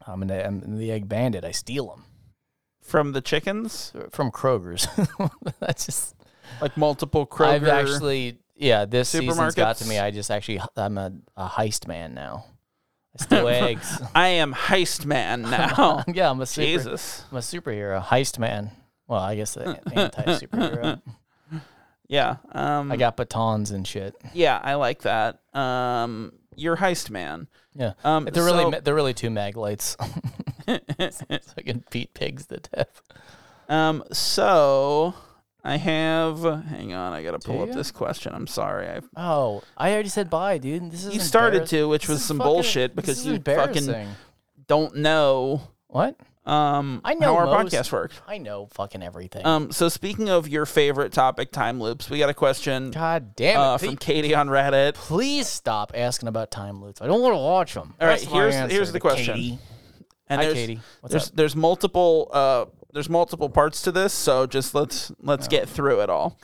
B: I'm, an, I'm the egg bandit. I steal them
A: from the chickens?
B: from Kroger's. [laughs] That's just
A: like multiple Kroger.
B: I've actually, yeah, this season's got to
A: Supermarkets.
B: me. I just actually, I'm a, a heist man now. I [laughs] steal eggs.
A: I am heist
B: [laughs]
A: man now.
B: yeah, I'm a super,
A: Jesus.
B: I'm a superhero, heist man. Well, I guess [laughs] the anti superhero.
A: Yeah. Um,
B: I got batons and [laughs] shit.
A: yeah, I like that. Um, you're heist man.
B: Yeah,
A: Um,
B: they're really
A: so-
B: ma- they're really two mag lights. [laughs] so I can beat pigs to death.
A: Um, so I have. Hang on, I gotta pull
B: Do
A: up
B: ya?
A: this question. I'm sorry. I
B: Oh, I already said bye, dude. This is
A: you started
B: embarrass-
A: to, which
B: This
A: was
B: is
A: some
B: fucking-
A: bullshit
B: this
A: because
B: is
A: you fucking
B: embarrassing.
A: don't know.
B: what?
A: Um,
B: I know
A: how our
B: most.
A: podcast works.
B: I know fucking everything.
A: Um, so speaking of your favorite topic, time loops, we got a question
B: God damn it!
A: uh,
B: Pete.
A: from Katie on Reddit.
B: Please stop asking about time loops. I don't want to watch them.
A: All right, here's- here's the question. And
B: Hi,
A: there's,
B: Katie. What's
A: there's
B: up?
A: there's multiple uh there's multiple parts to this, so just let's let's get through it all.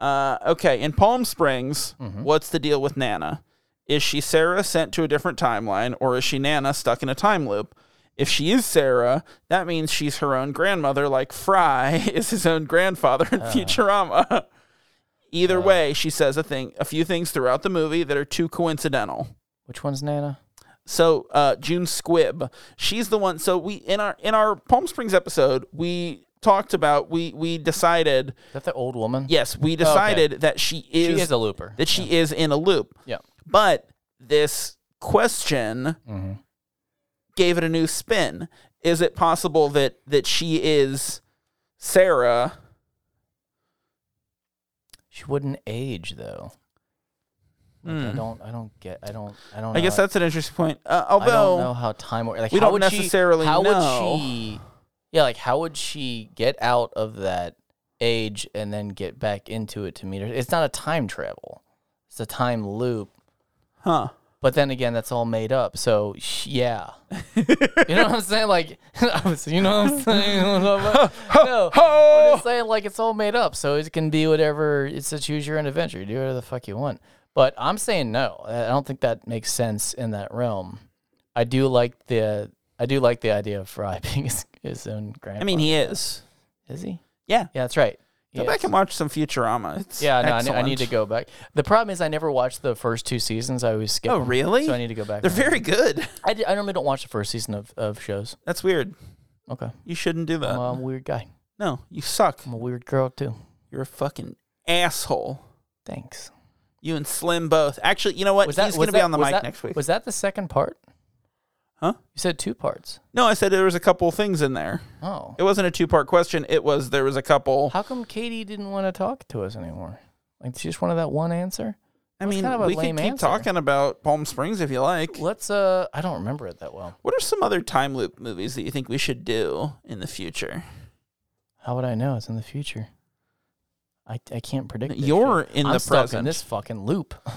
A: Uh, okay, in Palm Springs, what's the deal with Nana? Is she Sarah sent to a different timeline, or is she Nana stuck in a time loop? If she is Sarah, that means she's her own grandmother, like Fry [laughs] is his own grandfather in Futurama. Either way, she says a thing, a few things throughout the movie that are too coincidental.
B: Which one's Nana?
A: So uh, June Squibb, she's the one. So we in our in our Palm Springs episode, we talked about we we decided
B: Is that the old woman?
A: yes we decided that she
B: She
A: is,
B: is a looper.
A: that she is in a loop.
B: Yeah.
A: But this question
B: Mm-hmm.
A: gave it a new spin. Is it possible that that she is Sarah?
B: She wouldn't age though. Like, I don't. I don't get. I don't. I don't.
A: Hmm. I guess
B: know.
A: that's an interesting point. Uh,
B: I don't
A: although
B: know how time works. Like,
A: we
B: how
A: don't
B: would she-
A: necessarily
B: how
A: know.
B: would she? Yeah, like how would she get out of that age and then get back into it to meet her? It's not a time travel. It's a time loop.
A: huh?
B: But then again, that's all made up. So sh- yeah, you know what I'm saying? Like, [laughs] I was- you know what I'm saying? [laughs] You know what I'm- no, I'm just saying like it's all made up. So it can be whatever. It's a choose your own adventure. Do whatever the fuck you want. But I'm saying no. I I don't think that makes sense in that realm. I do like the I do like the idea of Fry [laughs] being his, his own grandpa.
A: I mean, he is.
B: is he?
A: Yeah.
B: Yeah, that's right.
A: Go
B: He
A: back
B: is.
A: and watch some Futurama. It's
B: Yeah, no, I ne- I
A: excellent. Oh,
B: need to go back. The problem is I never watched the first two seasons. I always skip.
A: Oh,
B: 'em.
A: really?
B: So I need to go back.
A: They're
B: and-
A: very good.
B: I, d- I normally don't watch the first season of, of shows.
A: That's weird.
B: Okay.
A: You shouldn't do that.
B: I'm a weird guy.
A: no, you suck.
B: I'm a weird girl too.
A: You're a fucking asshole.
B: Thanks.
A: You and Slim both. Actually, you know what? He's going to be on the
B: was
A: mic
B: that-
A: next week.
B: Was that the second part?
A: Huh?
B: You said two parts.
A: no, I said there was a couple things in there.
B: Oh.
A: It wasn't a two-part question. It was there was a couple.
B: How come Katie didn't want to talk to us anymore? Like she just wanted that one answer?
A: I
B: was
A: mean,
B: kind of a
A: we can
B: lame
A: keep
B: answer.
A: talking about Palm Springs if you like.
B: Let's uh I don't remember it that well.
A: What are some other time loop movies that you think we should do in the future?
B: How would I know? It's in the future. I, I can't predict. this
A: You're
B: shit.
A: in
B: I'm
A: the
B: stuck in
A: present.
B: this fucking loop. [laughs]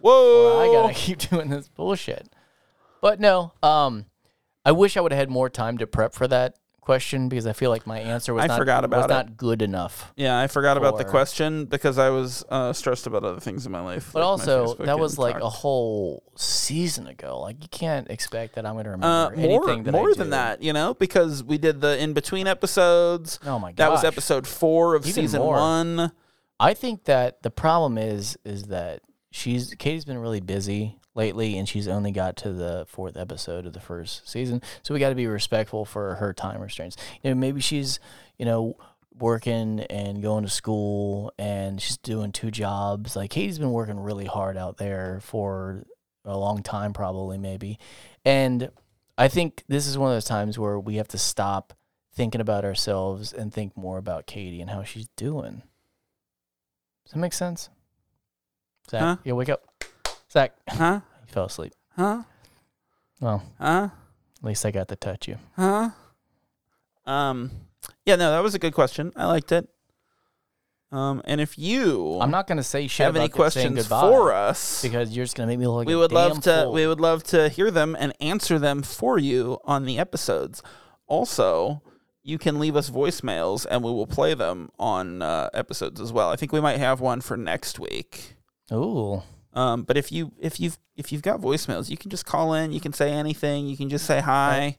A: Whoa! [laughs]
B: I gotta keep doing this bullshit. But no, um, I wish I would have had more time to prep for that question because I feel like my answer was
A: I
B: not
A: forgot
B: was
A: about it.
B: not good enough.
A: yeah, I forgot about the
B: Four.
A: question because I was uh, stressed about other things in my life.
B: But
A: like my
B: also,
A: Facebook
B: that was
A: and
B: like
A: talk.
B: a whole season ago. Like you can't expect that I'm gonna
A: Uh,
B: remember anything
A: more
B: that I
A: more than
B: do.
A: that, you know, because we did the in between episodes.
B: Oh my
A: That was
B: gosh.
A: episode four of
B: Even
A: season
B: more.
A: one.
B: I think that the problem is is that she's Katie's been really busy lately, and she's only got to the fourth episode of the first season. So we got to be respectful for her time restraints. You know, maybe she's you know working and going to school, and she's doing two jobs. Like Katie's been working really hard out there for a long time, probably maybe, and I think this is one of those times where we have to stop thinking about ourselves and think more about Katie and how she's doing. Does that make sense? Zach,
A: Huh?
B: yeah, wake up. Zach, you
A: Huh?
B: fell asleep.
A: Huh?
B: Well,
A: Huh?
B: at least I got to touch you.
A: Huh? Um, yeah, no, that was a good question. I liked it. Um, and if you
B: I'm not gonna say shit
A: have
B: about
A: any
B: the- saying
A: questions
B: goodbye
A: for us,
B: because you're just gonna make me look. Like
A: we
B: a
A: would love
B: damn
A: to
B: fool.
A: we would love to hear them and answer them for you on the episodes. Also, you can leave us voicemails and we will play them on uh, episodes as well. I think we might have one for next week.
B: Ooh,
A: Um, but if you if you've if you've got voicemails, you can just call in. You can say anything. You can just say hi.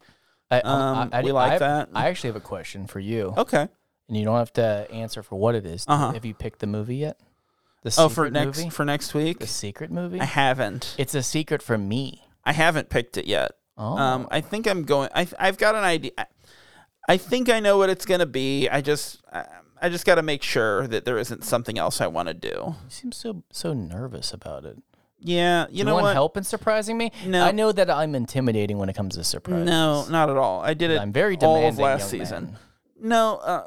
B: I,
A: Um,
B: I, I,
A: we like
B: I-
A: that.
B: I actually have a question for you.
A: Okay.
B: and you don't have to answer for what it is.
A: Uh-huh.
B: Have you picked the movie yet? The
A: Oh, for
B: secret
A: next
B: movie?
A: for next week,
B: the secret movie.
A: I haven't.
B: It's a secret for me.
A: I haven't picked it yet.
B: Oh,
A: Um, I think I'm going. I I've got an idea. I, I think I know what it's gonna be. I just I, I just got to make sure that there isn't something else I want to do.
B: you seem so so nervous about it.
A: Yeah, you
B: You,
A: know
B: want
A: what?
B: help in surprising me?
A: No.
B: I know that I'm intimidating when it comes to surprises.
A: No, not at all. I did it.
B: I'm very demanding.
A: all of last
B: young
A: season.
B: man.
A: No, uh,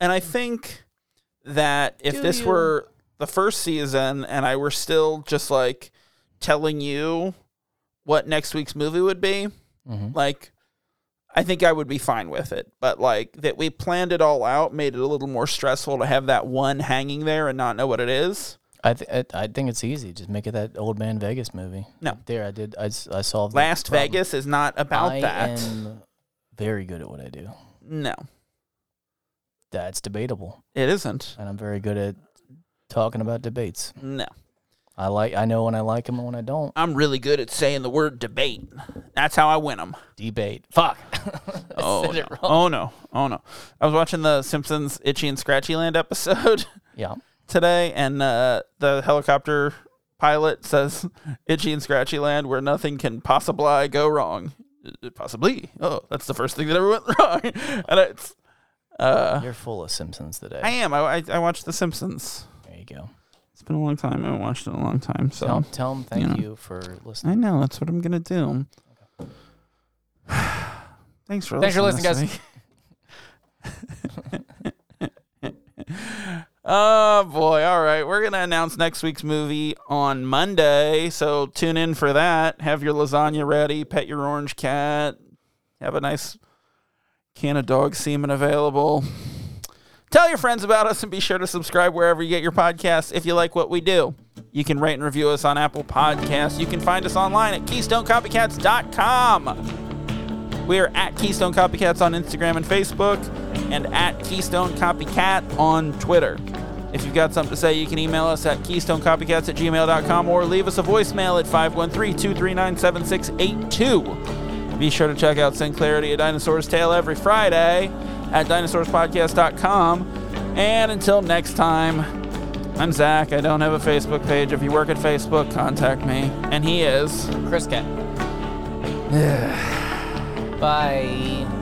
A: and I think that if
B: Do
A: this
B: you?
A: were the first season and I were still just like telling you what next week's movie would be,
B: Mhm.
A: like I think I would be fine with it. But like that we planned it all out made it a little more stressful to have that one hanging there and not know what it is.
B: I, th- I I think it's easy. Just make it that old man Vegas movie.
A: No.
B: there I did. I, s- I solved that
A: Last
B: problem.
A: Vegas is not about
B: I
A: that.
B: am very good at what I do.
A: No,
B: That's debatable,
A: it isn't.
B: and I'm very good at talking about debates.
A: No.
B: I like. I know when I like them and when I don't.
A: I'm really good at saying the word debate. That's how I win them.
B: Debate. Fuck. [laughs] I
A: Oh,
B: said
A: no.
B: it wrong.
A: oh no. Oh no. I was watching the Simpsons Itchy and Scratchy Land episode [laughs]
B: Yeah.
A: today and uh, the helicopter pilot says Itchy and Scratchy Land where nothing can possibly go wrong. Uh, Possibly. Oh, that's the first thing that ever went [laughs] wrong. and it's uh
B: You're full of Simpsons today.
A: I am. I, I I watched The Simpsons.
B: there you go.
A: It's been a long time. I haven't watched it in a long time. So
B: Tell, tell 'em thank
A: you know.
B: you for listening.
A: I know that's what I'm gonna do. [sighs] Thanks for
B: Thanks for
A: listening,
B: listening,
A: guys. oh boy! All right, we're gonna announce next week's movie on Monday, so tune in for that. Have your lasagna ready. Pet your orange cat. Have a nice can of dog semen available. Tell your friends about us and be sure to subscribe wherever you get your podcasts if you like what we do. You can rate and review us on Apple Podcasts. You can find us online at KeystoneCopycats.com. We are at Keystone Copycats on Instagram and Facebook, and at Keystone Copycat on Twitter. If you've got something to say, you can email us at KeystoneCopycats at gmail.com or leave us a voicemail at 513 239 7682. Be sure to check out Sinclarity, A Dinosaur's Tale every Friday at dinosaurspodcast.com. And until next time, I'm Zach. I don't have a Facebook page. If you work at Facebook, contact me. And he is.
B: Chris Cat. Bye.